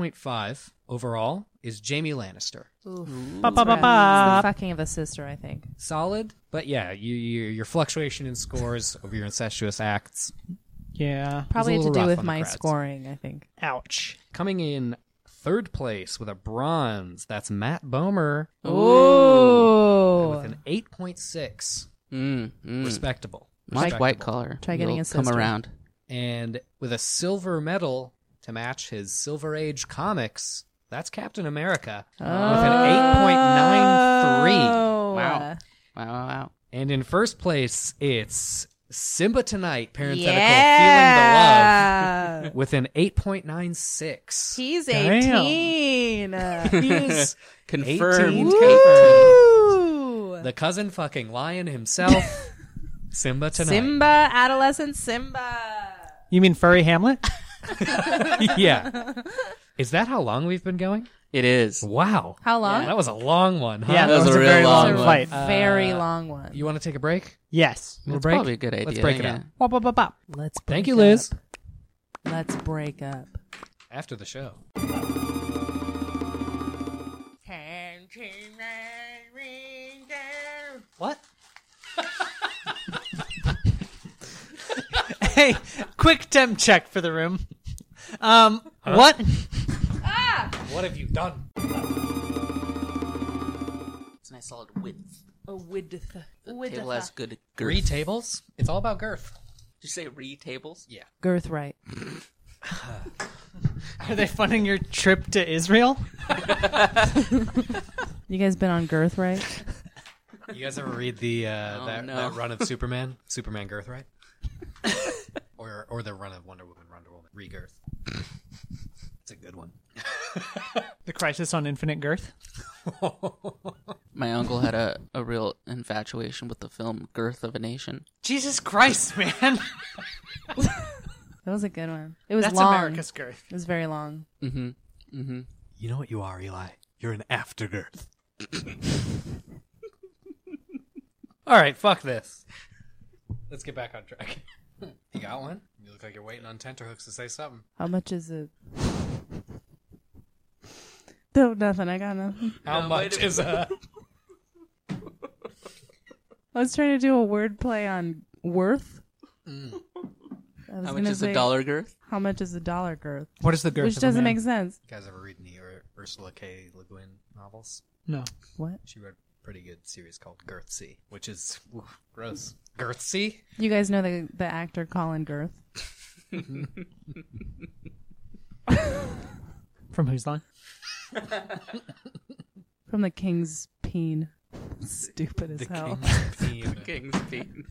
8.5 overall is Jamie Lannister. Oof. Ba, ba, ba, It's ba. the fucking of a sister, I think. Solid, but yeah, you, you your fluctuation in scores over your incestuous acts. Yeah. Probably had to little do rough with on the my crowds. scoring, I think. Ouch. Coming in third place with a bronze, that's Matt Bomer with Oh. an 8.6. Mm, mm. Respectable. Mike Respectable. White collar. Try getting You'll a come sister. around. And with a silver medal to match his Silver Age comics, that's Captain America with an Oh. 8.93. Wow. Wow, wow, wow. And in first place, it's Simba Tonight, parenthetical, feeling the love, with an 8.96. He's Damn. 18. He is Confirmed. 18. Confirmed. Woo! the cousin fucking lion himself, Simba Tonight. Simba, adolescent Simba. You mean furry Hamlet? yeah. Is that how long we've been going? It is. Wow. How long? That was a long one, huh? yeah, that was a real very long long one. fight. Very long one. Uh, You want to take a break? Yes. We'll That's break? probably a good idea. Let's break it yeah. up. Wop, wop, wop, wop. Let's break Thank you, Liz. up. Let's break up. After the show. What? Hey, quick temp check for the room. Um, what? What have you done? It's a nice solid width. A width. The table has good girth. Three tables? It's all about girth. Did you say re tables? Girth right. Are they funding your trip to Israel? You guys been on girth right? You guys ever read the uh, Oh, that, no. that run of Superman, Superman Girthright, or or the run of Wonder Woman, Wonder Woman Regirth? It's a good one. The Crisis on Infinite Girth? My uncle had a, a real infatuation with the film Girth of a Nation. Jesus Christ, man. That was a good one. It was That's long. America's Girth. It was very long. You know what you are, Eli. You're an aftergirth. all right, fuck this. Let's get back on track. You got one? You look like you're waiting on tenterhooks to say something. How much is it? No, nothing. I got nothing. How much is a? I was trying to do a word play on worth. I was Mm. How much gonna is say, a dollar girth? How much is a dollar girth? What is the girth Which doesn't make sense. You guys ever read any Ur- Ursula K. Le Guin novels? No. What? She wrote a pretty good series called Girthsey, which is ooh, gross. Girthsey? You guys know the the actor Colin Girth? From whose line? From the King's Peen. Stupid as The hell. king's theme. King's Dean.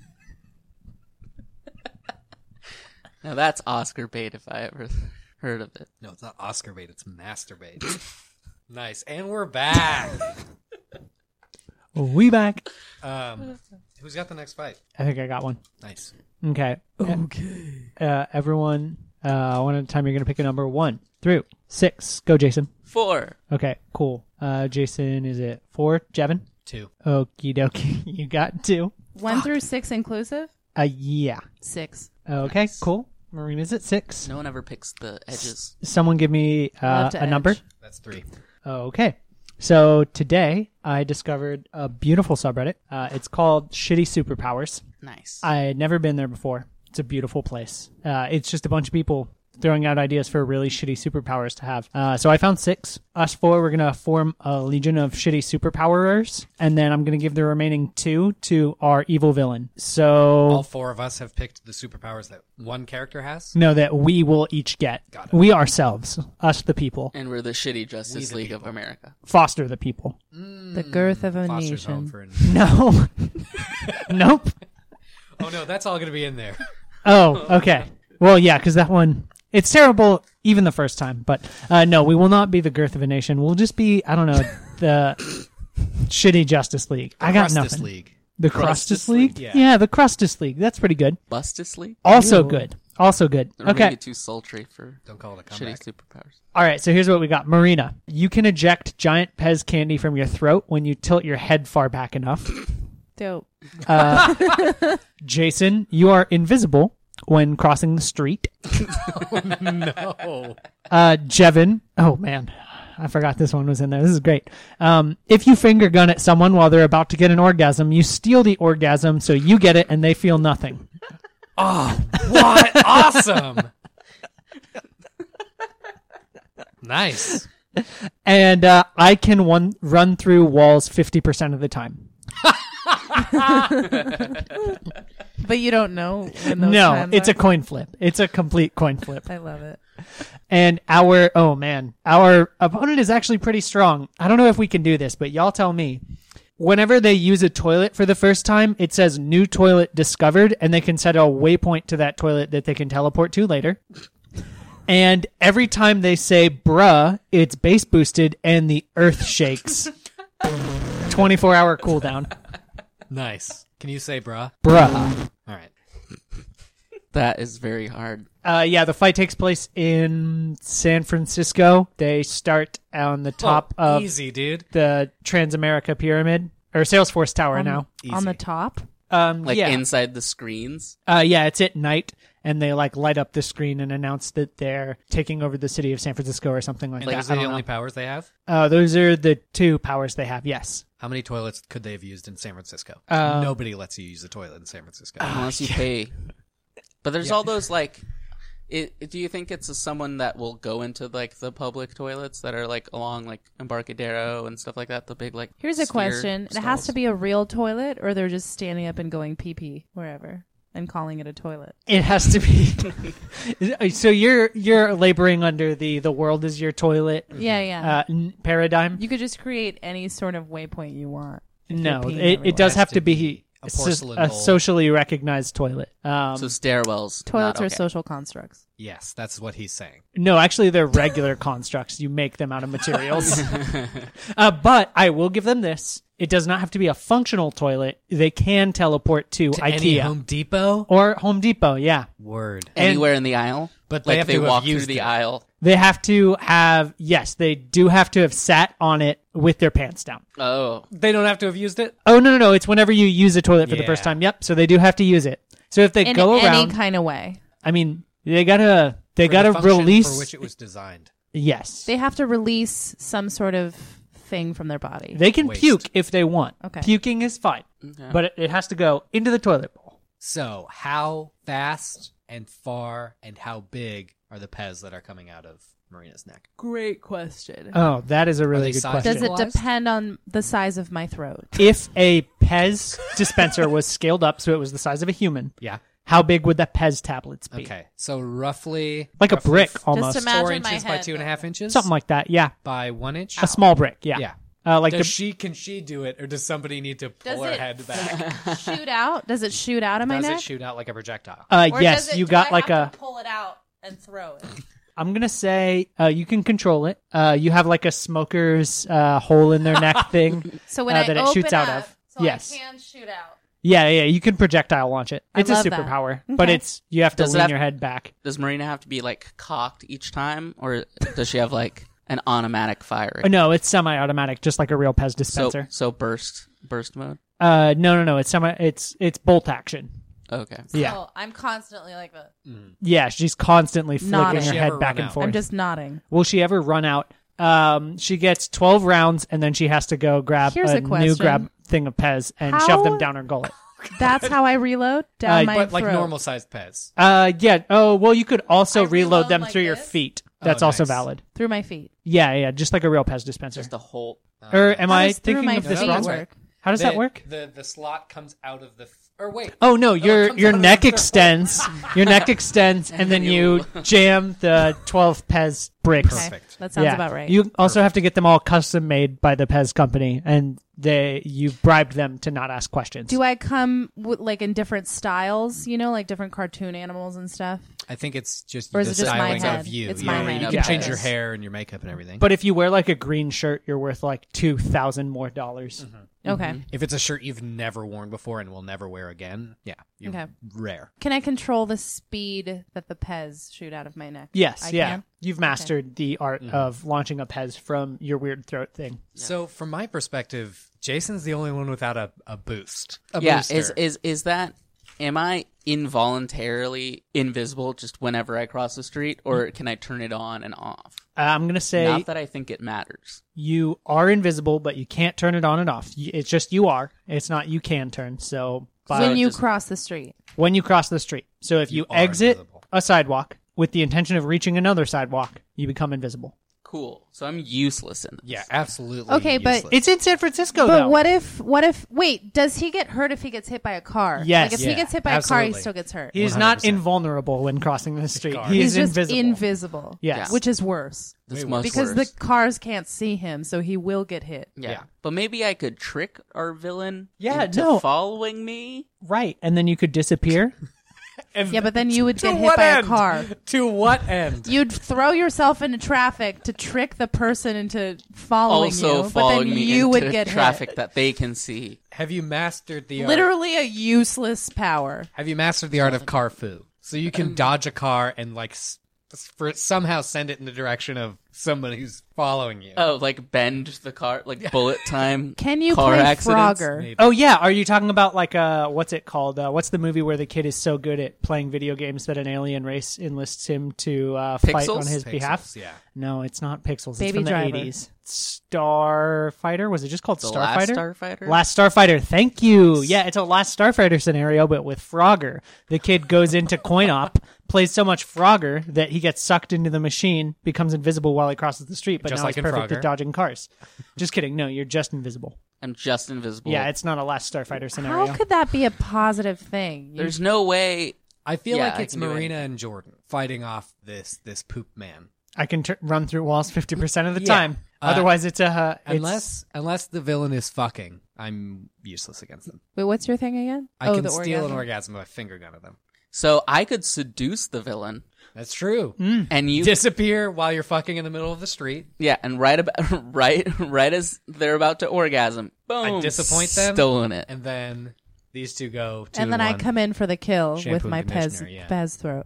now that's Oscar bait if I ever heard of it. No, it's not Oscar bait, it's masturbate. nice. And we're back. We back. Um, who's got the next fight? I think I got one. Nice. Okay. Okay. Uh, everyone, uh, one at a time, you're going to pick a number one through six. Go, Jason. Four. Okay, cool. Uh, Jason, is it four? Jevin? Two. Okie dokie. You got two. One through six inclusive? Uh, yeah. Six. Okay, cool. Maureen, is it six? No one ever picks the edges. Someone give me uh, Love to a number. edge. That's three. Okay. So today I discovered a beautiful subreddit. Uh, it's called Shitty Superpowers. Nice. I had never been there before. It's a beautiful place. Uh, it's just a bunch of people throwing out ideas for really shitty superpowers to have. Uh, so I found six. Us four, we're going to form a legion of shitty superpowers, and then I'm going to give the remaining two to our evil villain. So. All four of us have picked the superpowers that one character has. No, that we will each get. Got it. We ourselves, us the people, and we're the shitty Justice the League of America. foster the people. The Mm. girth of a Foster's nation. home for. An- No. nope. oh no, that's all going to be in there. Oh, okay. Well, yeah, because that one, it's terrible even the first time. But uh, no, we will not be the girth of a nation. We'll just be, I don't know, the shitty Justice League. I got Crustus nothing. League. The Crustus Crustus League? League, yeah. the Crustus League. That's pretty good. Bustus League? Also good. Also good. Or Okay. maybe too sultry for Don't call it a shitty comeback. superpowers. All right. So here's what we got Marina, you can eject giant Pez candy from your throat when you tilt your head far back enough. Dope. Jason, you are invisible when crossing the street. Oh, Uh, Jevin. Oh man, I forgot this one was in there. This is great. Um, if you finger gun at someone while they're about to get an orgasm, you steal the orgasm so you get it and they feel nothing. Oh, what? awesome. nice. And uh, I can one run through walls fifty percent of the time. But you don't know when those no, times it's are. a coin flip. It's a complete coin flip. I love it. And our oh man, our opponent is actually pretty strong. I don't know if we can do this, but y'all tell me. Whenever they use a toilet for the first time, it says new toilet discovered and they can set a waypoint to that toilet that they can teleport to later. And every time they say bruh, it's base boosted and the earth shakes. 24 hour cooldown. Nice. Can you say bruh? Bruh. All right. That is very hard. Uh, yeah, the fight takes place in San Francisco. They start on the top Oh, of easy, dude. the Transamerica Pyramid or Salesforce Tower Um, now. On the top. Um, Like yeah, inside the screens. uh, yeah, it's at night, and they like light up the screen and announce that they're taking over the city of San Francisco or something like, And those are that. I the don't only know. powers they have. Uh, those are the two powers they have. Yes. How many toilets could they have used in San Francisco? Uh, Nobody lets you use a toilet in San Francisco. unless you pay. But there's all those like. It, it- do you think it's someone that will go into like the public toilets that are like along like Embarcadero and stuff like that? The big like. Here's a sphere question. It has stalls? to be a real toilet, or they're just standing up and going pee pee wherever and calling it a toilet. It has to be. so you're you're laboring under the the world is your toilet Yeah, yeah. uh, n- paradigm. you could just create any sort of waypoint you want. if you're no, peeing it, everywhere. it does Has have to to be a s- porcelain a bowl. socially recognized toilet. Um, So stairwells. Toilets not are okay. social constructs. yes, that's what he's saying. No, actually, they're regular constructs. You make them out of materials. uh, but I will give them this: it does not have to be a functional toilet. They can teleport to, To any IKEA Home Depot or Home Depot. Yeah, word, anywhere in the aisle. But they like have they to have walk through used the it. aisle. they have to have. Yes, they do have to have sat on it with their pants down. Oh, they don't have to have used it. Oh no, no, no! It's whenever you use a toilet for the Yeah. first time. Yep. So they do have to use it. So if they In go any around, kind of way. I mean, they gotta they For the gotta function release. for which it was designed. yes, They have to release some sort of thing from their body. they can Waste. puke if they want. Okay. puking is fine, but it, it has to go into the toilet bowl. So, how fast and far and how big are the Pez that are coming out of Marina's neck? Great question. Oh, that is a they really good sized? question. Does it Visualized? depend on the size of my throat? if a Pez dispenser was scaled up so it was the size of a human, Yeah. how big would the Pez tablets be? Okay. So roughly Like a roughly brick f- almost. Just four imagine my inches head. by two and a half inches, Something like that, yeah. by one inch. A small brick, yeah. Yeah. Uh, like Does the, she can she do it, or does somebody need to pull Does her it- head back? shoot out? Does it shoot out of my Does neck? it shoot out like a projectile? uh, yes, you got like a. Uh, pull it out and throw it. I'm gonna say uh, you can control it. Uh, you have like a smoker's uh, hole in their neck thing. So when uh, I that open it shoots out up, of. so yes, I can shoot out. yeah, yeah. You can projectile launch it. I It's a love that. superpower, but Okay. it's you have to Does it lean have- your head back. does Marina have to be like cocked each time, or does she have like an automatic fire? Uh, No, it's semi-automatic, just like a real Pez so dispenser. so burst burst mode. Uh, no, no, no. It's semi. It's it's bolt action. Okay. Yeah. So I'm constantly like that. Yeah, she's constantly flicking Nodding. her She head ever back run and out? forth. I'm just nodding. Will she ever run out? Um, she gets 12 rounds and then she has to go grab Here's a, a new question. grab thing of Pez and How- shove them down her gullet. That's how I reload Uh, down my but like throat. normal sized pets. Uh, yeah. Oh, well, you could also I reload, reload them like through your this? feet. That's Oh, also nice. valid. through my feet. Yeah, yeah, just like a real Pez dispenser. Just a whole. or am How I does through thinking my of this feet wrong? work? How does that work? The the slot comes out of the f- or wait. Oh no, your comes your out of neck the- extends. Your neck extends, and then you jam the twelve Pez bricks. Okay. Perfect. That sounds Yeah. about right. You also have to get them all custom made by the Pez company, and they you bribed them to not ask questions. Do I come with, like in different styles? You know, like different cartoon animals and stuff. I think it's just Or is the it just my styling head? of you. It's you, my know, where head. you can Yeah. change your Yes. hair and your makeup and everything. but if you wear like a green shirt, you're worth like two thousand more dollars. Okay. if it's a shirt you've never worn before and will never wear again, yeah, you're Okay. rare. Can I control the speed that the Pez shoot out of my neck? Yes, I yeah. can? You've mastered the art of launching a Pez from your weird throat thing. So from my perspective, Jason's the only one without a, a boost. A yeah. booster. Is is is that? Am I involuntarily invisible just whenever I cross the street, Mm. or can I turn it on and off? Uh, I'm gonna say Not that I think it matters. you are invisible, but you can't turn it on and off. Y- It's just you are. It's not you can turn. So by When it you just- cross the street. when you cross the street. So if you, You are exit invisible. a sidewalk with the intention of reaching another sidewalk, you become invisible. Cool. So I'm useless in this. yeah, absolutely. Okay, but useless. It's in San Francisco, But though. what if? What if? Wait, does he get hurt if he gets hit by a car? Yes. Like if Yeah, he gets hit by a car, absolutely. he still gets hurt. he is not 100%. invulnerable when crossing the street. guard. He He's is just invisible. invisible. Yes. Which is worse. This Wait, much Because worse. Mm. the cars can't see him, so he will get hit. Yeah. Yeah. But maybe I could trick our villain Yeah, into no. following me. Right, and then you could disappear. Yeah, but then you would to get hit what by end? a car. To what end? You'd throw yourself into traffic to trick the person into following also you, but then following me you into would get traffic that they can see. Have you mastered the hit. art- Literally a useless power. Have you mastered the art of car foo? So you can dodge a car and like s- s- for, somehow send it in the direction of someone who's following you. Oh, like bend the car, like bullet time. Can you car play accidents? Frogger? Maybe. oh yeah, are you talking about like uh, what's it called? Uh, what's the movie where the kid is so good at playing video games that an alien race enlists him to uh, fight on Pixels? his Pixels, behalf? Yeah. No, it's not Pixels. it's Baby from Driver. the 80s. Starfighter? Was it just called The Starfighter? Last Starfighter. Last Starfighter, thank you. Yeah, it's a Last Starfighter scenario, but with Frogger. The kid goes into coin op, plays so much Frogger that he gets sucked into the machine, becomes invisible while he crosses the street, but Just now like he's in perfect at Frogger. dodging cars. Just kidding. No, you're just invisible. I'm just invisible. Yeah, it's not a Last Starfighter scenario. How could that be a positive thing? You- There's no way. I feel Yeah, like I it's can do Marina and Jordan fighting off this this poop man. I can tur- run through walls 50% of the Yeah. time. Uh, Otherwise, it's a. Uh, it's- Unless unless the villain is fucking, I'm useless against them. Wait, what's your thing again? I oh, can the steal orgasm. an orgasm by finger gun at them. So I could seduce the villain, That's true. and you, Disappear while you're fucking in the middle of the street. yeah, and right about right, right as they're about to orgasm, boom, I disappoint them. stolen it. And then these two go two and then I one. come in for the kill Shampoo with and my Pez, conditioner, yeah. Pez throat.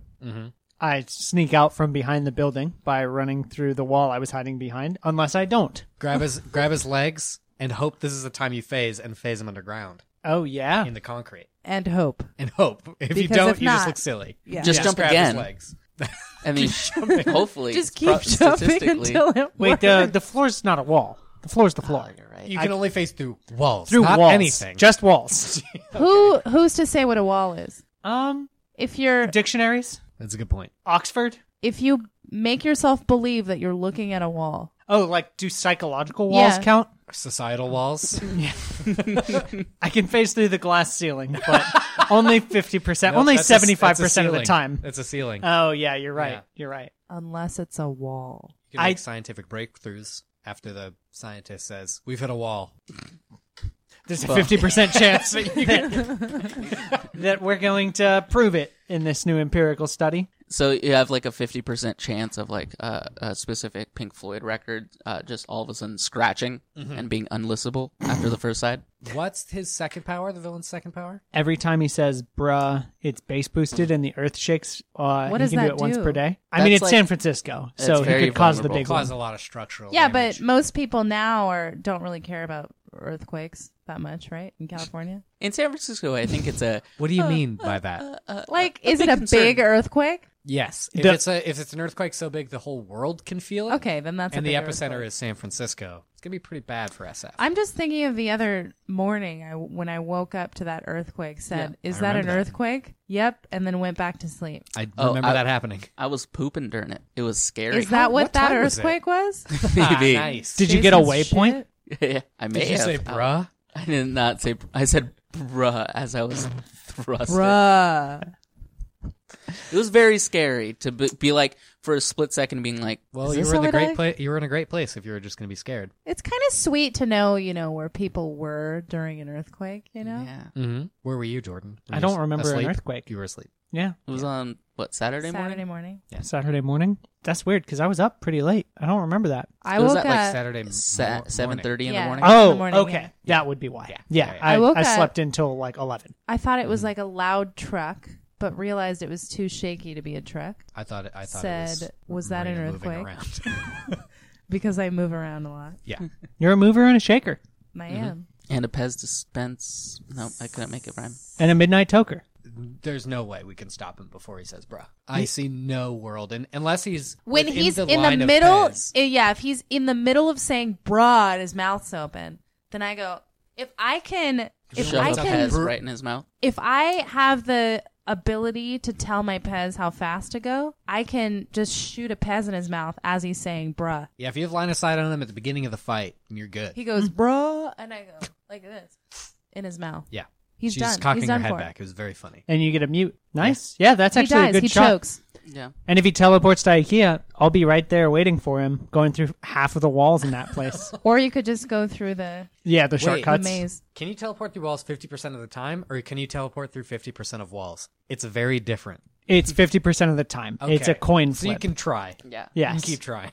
I sneak out from behind the building by running through the wall I was hiding behind, unless I don't. grab his grab his legs and hope this is the time you phase and phase him underground Oh, yeah. in the concrete. And hope. and hope. If you Because don't, if you just not- look silly. Yeah. Just jump grab his again. legs. I mean, hopefully, Just pro- keep jumping statistically- until it Wait, works. uh, the, the floor's not a wall. The floor's the Oh, floor. You're right. You can only face through walls, Through not walls. anything. Just walls. Who who's to say what a wall is? um, If you're dictionaries? That's a good point. Oxford? if you make yourself believe that you're looking at a wall. Oh, like, do psychological walls Yeah. count? Societal walls. I can phase through the glass ceiling, but only 50%, only That's a- that's a 75% of the ceiling. time. It's a ceiling. Oh, yeah, you're right. Yeah. You're right. unless it's a wall. you can I- make scientific breakthroughs after the scientist says, We've hit a wall. There's a Well- 50% chance that, that we're going to prove it in this new empirical study. So you have like a fifty percent chance of like uh, a specific Pink Floyd record uh, just all of a sudden scratching Mm-hmm. and being unlistable after the first side. What's his second power, the villain's second power? every time he says "bruh," it's bass boosted and the earth shakes. Uh, What he does can do that it once do? per day. I mean, That's it's like- San Francisco, so he very could cause the vulnerable. big Cause one. a lot of structural Yeah, damage. but most people now are don't really care about earthquakes. that much, right? In California? In San Francisco, I think it's a What Uh, do you mean by that? Like, is it big a concern. big earthquake? Yes, if The- it's a if it's an earthquake so big the whole world can feel it. Okay, then that's a and the big epicenter earthquake. is San Francisco. It's gonna be pretty bad for SF. I'm just thinking of the other morning I, when I woke up to that earthquake. Said, "Is I that an remember that. earthquake?" Yep, and then went back to sleep. I Oh, remember I- that happening. I was pooping during it. It was scary. Is that what, what that time was it? earthquake was? Maybe. Ah, nice. Did you get a Jason's waypoint? shit? Yeah, I may Did you have. say bruh? I did not say. I said bruh as I was thrusted. Bruh. It was very scary to be, be like for a split second being like, Well, Is you this were in how the I great die? place. You were in a great place if you were just gonna be scared. It's kind of sweet to know, you know, where people were during an earthquake, you know? yeah. Mm-hmm. Where were you, Jordan? Were I you don't s- remember an asleep? earthquake. You were asleep. Yeah. It was on what Saturday, Saturday morning. morning. Saturday morning. That's weird because I was up pretty late. I don't remember that. I It was at, woke up. like, Saturday m- Sa- mor- seven morning. thirty in the Yeah. morning. Oh. Oh, the morning, okay. yeah. That would be why. Yeah. Yeah. Yeah, yeah. I, I woke I up- slept until like 11. I thought it was like a loud truck, but realized it was too shaky to be a truck I thought. It, I thought. it was, Said, "Was that an Marina moving earthquake?" around. because I move around a lot. yeah. You're a mover and a shaker And I am. And a Pez dispense. No, I couldn't make it rhyme. and a midnight toker. There's no way we can stop him before he says "bruh." I see no world, and unless he's When within he's the in the line of middle, Pez. i- yeah, if he's in the middle of saying "bruh" and his mouth's open, then I go, "If I can, if Shove I a can, Pez right in his mouth. if I have the ability to tell my Pez how fast to go, I can just shoot a Pez in his mouth as he's saying "bruh." Yeah, if you have line of sight on him at the beginning of the fight, and you're good. He goes "bruh," and I go like this in his mouth. yeah, He's she's done. cocking he's done her for. head back. It was very funny. And you get a mute. Nice. Yeah, that's He actually dies. a good he shot. chokes. Yeah. And if he teleports to IKEA, I'll be right there waiting for him, going through half of the walls in that place. Or you could just go through the, yeah, the the shortcuts. maze. Can you teleport through walls 50% of the time, or can you teleport through 50% of walls? It's very different. It's fifty percent of the time. Okay. It's a coin So you flip. can try. Yeah. You can yes, keep trying.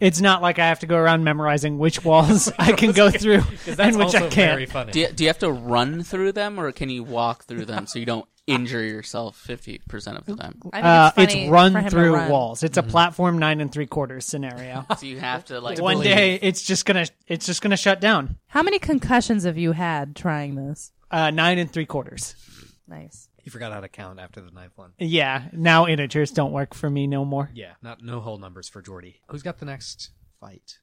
it's not like I have to go around memorizing which walls I can go through and That's which also I can't. very funny. Do you, do you have to run through them or can you walk through them so you don't injure yourself 50% of the time? I think Uh, it's it's, funny for him run to through run. walls. Mm-hmm. It's a platform nine and three quarters scenario. So you have to like One day, it's just gonna it's just gonna shut down. How many concussions have you had trying this? Uh, nine and three quarters. Nice. you forgot how to count after the ninth one. Yeah, now integers don't work for me no more. Yeah, not no whole numbers for Jordy. Who's got the next fight?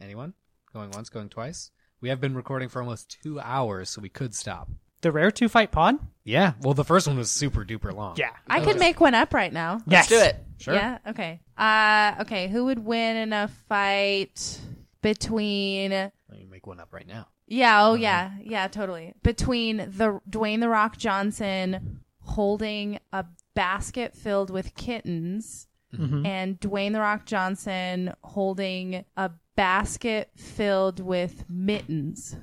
Anyone? Going once, going twice? We have been recording for almost two hours, so we could stop. The rare two fight pod. Yeah. Well, the first one was super duper long. Yeah. I could make one up right now. yes. Let's do it. Sure. Yeah. Okay. Uh, okay. Who would win in a fight between? Let me make one up right now. Yeah. Oh, yeah. Yeah. Totally. Between the Dwayne the Rock Johnson holding a basket filled with kittens and Dwayne the Rock Johnson holding a basket filled with mittens.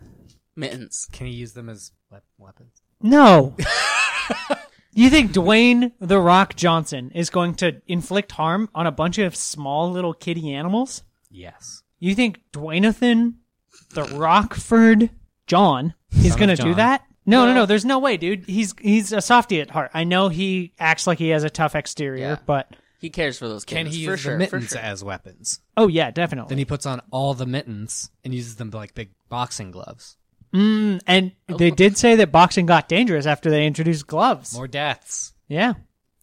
Mittens. Can you use them as we- weapons? No. you think Dwayne the Rock Johnson is going to inflict harm on a bunch of small little kitty animals? Yes. You think Dwaynathan the Rockford John is of going to do John. that? No, no, no. There's no way, dude. He's he's a softie at heart. I know he acts like he has a tough exterior, Yeah. but He cares for those kids. Can he for use sure, the for mittens sure. as weapons? oh yeah, definitely. Then he puts on all the mittens and uses them like big boxing gloves. Mm, and they did say that boxing got dangerous after they introduced gloves. More deaths. Yeah.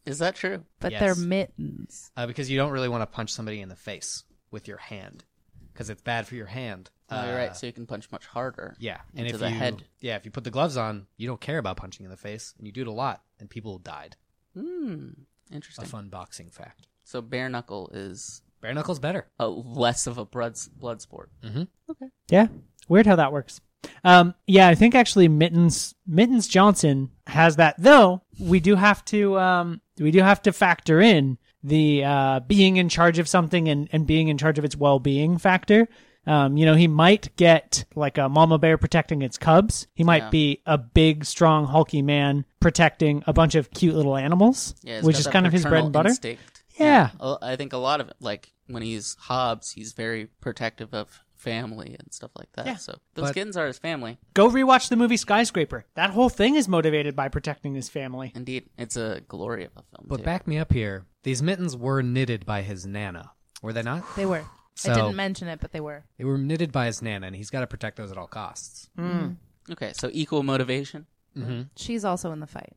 Is that true? But Yes. they're mittens. Uh, because you don't really want to punch somebody in the face with your hand because it's bad for your hand. Oh, Uh, you're right. So you can punch much harder. Yeah, and into if the you, head. Yeah, if you put the gloves on, you don't care about punching in the face, and you do it a lot, and people died. Hmm. A Interesting. fun boxing fact. So bare knuckle is Bare knuckles better. a less of a blood blood sport. Yeah. Weird how that works. Um, yeah, I think actually Mittens Mittens Johnson has that. Though we do have to um, we do have to factor in the uh, being in charge of something and, and being in charge of its well being factor. Um, you know, he might get like a mama bear protecting its cubs. He might Yeah. be a big, strong, hulky man protecting a bunch of cute little animals, Yeah, it's which got is that kind of his bread paternal and butter. Instinct. Yeah. A- I think a lot of it, like when he's Hobbs, he's very protective of family and stuff like that. Yeah, so those but- kittens are his family. Go rewatch the movie Skyscraper. That whole thing is motivated by protecting his family. Indeed, it's a glory of a film. But too. back me up here. These mittens were knitted by his nana, were they not? They were. So- I didn't mention it, but they were. Hmm. They were knitted by his nana, and he's got to protect those at all costs. Okay, so equal motivation. She's also in the fight.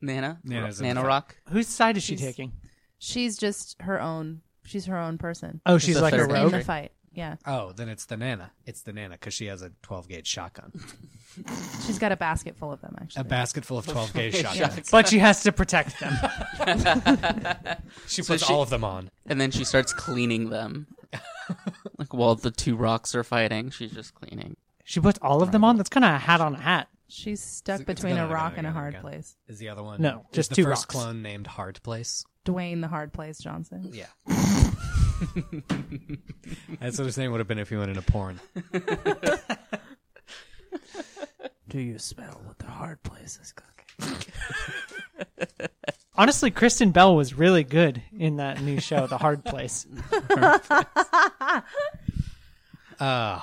Nana? Nana's in Nana the- Rock? Whose side is she She's- taking? She's just her own. She's her own person. Oh, she's the like a third in rogue. the Okay. fight. Yeah, Oh, then it's the Nana. It's the Nana because she has a 12 gauge shotgun. she's got a basket full of them actually. A basket full of 12 gauge shotguns. But she has to protect them. She puts she- all of them on. And then she starts cleaning them. like while the two rocks are fighting, she's just cleaning. she puts all of them on. That's kind of a hat on a hat. She's stuck It's between gonna- a rock gonna- and a gonna- hard gonna- place. Is the other one? No, is just the two first rocks. clone named Hard Place. Dwayne the hard place Johnson. Yeah. That's what his name would have been if he went into porn. Do you smell what the hard place is cooking? Honestly, Kristen Bell was really good in that new show, The Hard Place. Uh,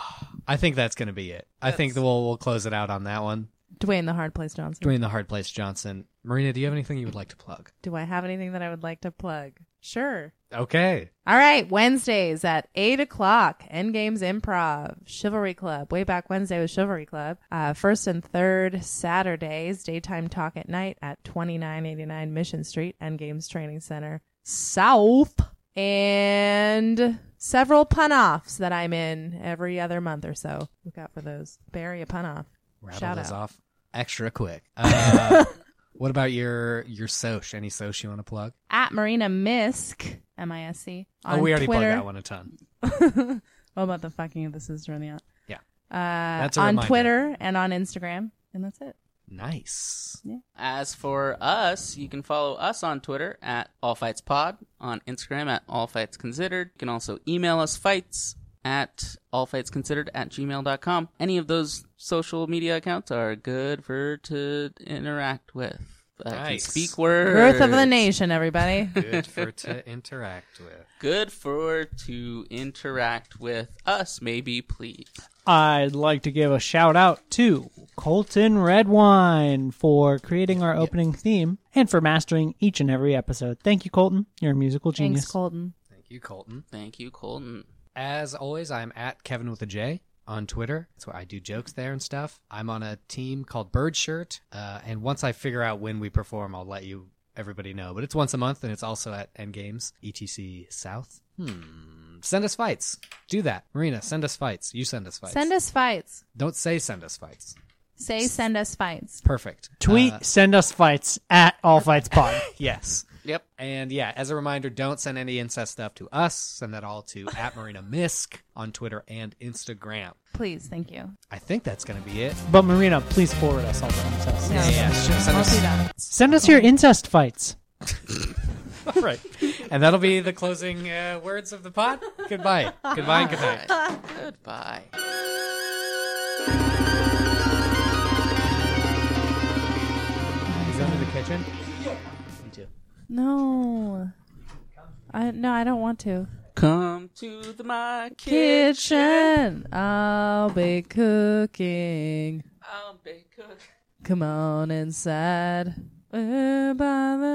I think that's going to be it. I think that we'll, we'll close it out on that one. Dwayne the hard place Johnson. Dwayne the Hard Place Johnson. Marina, do you have anything you would like to plug? Do I have anything that I would like to plug? Sure. Okay. All right, Wednesdays at 8 o'clock, Endgames Improv, Chivalry Club. Way back Wednesday was Chivalry Club. Uh, first and third Saturdays, Daytime Talk at Night at 2989 Mission Street, Endgames Training Center, South. And several pun offs that I'm in every other month or so. Look out for those. Bury a pun off. Rattle Shout those out. off extra quick. Uh, what about your your soch? Any soch you want to plug? At Marina Misk, M I S C. Oh, we already plugged that one a ton. What about the fucking of the sister in the out? Yeah. Uh, That's a on reminder. Twitter and on Instagram, and that's it. Nice. As for us, you can follow us on Twitter at All Fights Pod, on Instagram at All Fights Considered. You can also email us fights at allfightsconsidered at gmail.com. Any of those social media accounts are good for to interact with. I can Nice. speak words. Birth of the nation, everybody. Good for to interact with. Good for to interact with us, maybe, please. I'd like to give a shout out to Colton Redwine for creating our opening theme and for mastering each and every episode. Thank you, Colton. You're a musical genius. Thanks, Colton. Thank you, Colton. Thank you, Colton. As always, I'm at Kevin with a J on Twitter. That's where I do jokes there and stuff. I'm on a team called Bird Shirt, uh, and once I figure out when we perform, I'll let you everybody know. But it's once a month, and it's also at Endgames etc South. Hmm. Send us fights. Do that, Marina. Send us fights. You send us fights. Send us fights. Don't say send us fights. Say send us fights. Perfect. Tweet, Uh, send us fights at All Fights Pod. yes. Yep. And yeah, as a reminder, don't send any incest stuff to us. Send that all to at Marina Misk on Twitter and Instagram. Please, thank you. I think that's going to be it. but Marina, please forward us all the incest. Yeah. sure, send I'll us- do that. Send us your incest fights. right. And that'll be the closing uh, words of the pod. Goodbye. Goodbye and good night. Goodbye. He's under the kitchen. Me too. No. I no, I don't want to. Come to the my kitchen. Kitchen. I'll be cooking. I'll be cook. Come on inside. We're by the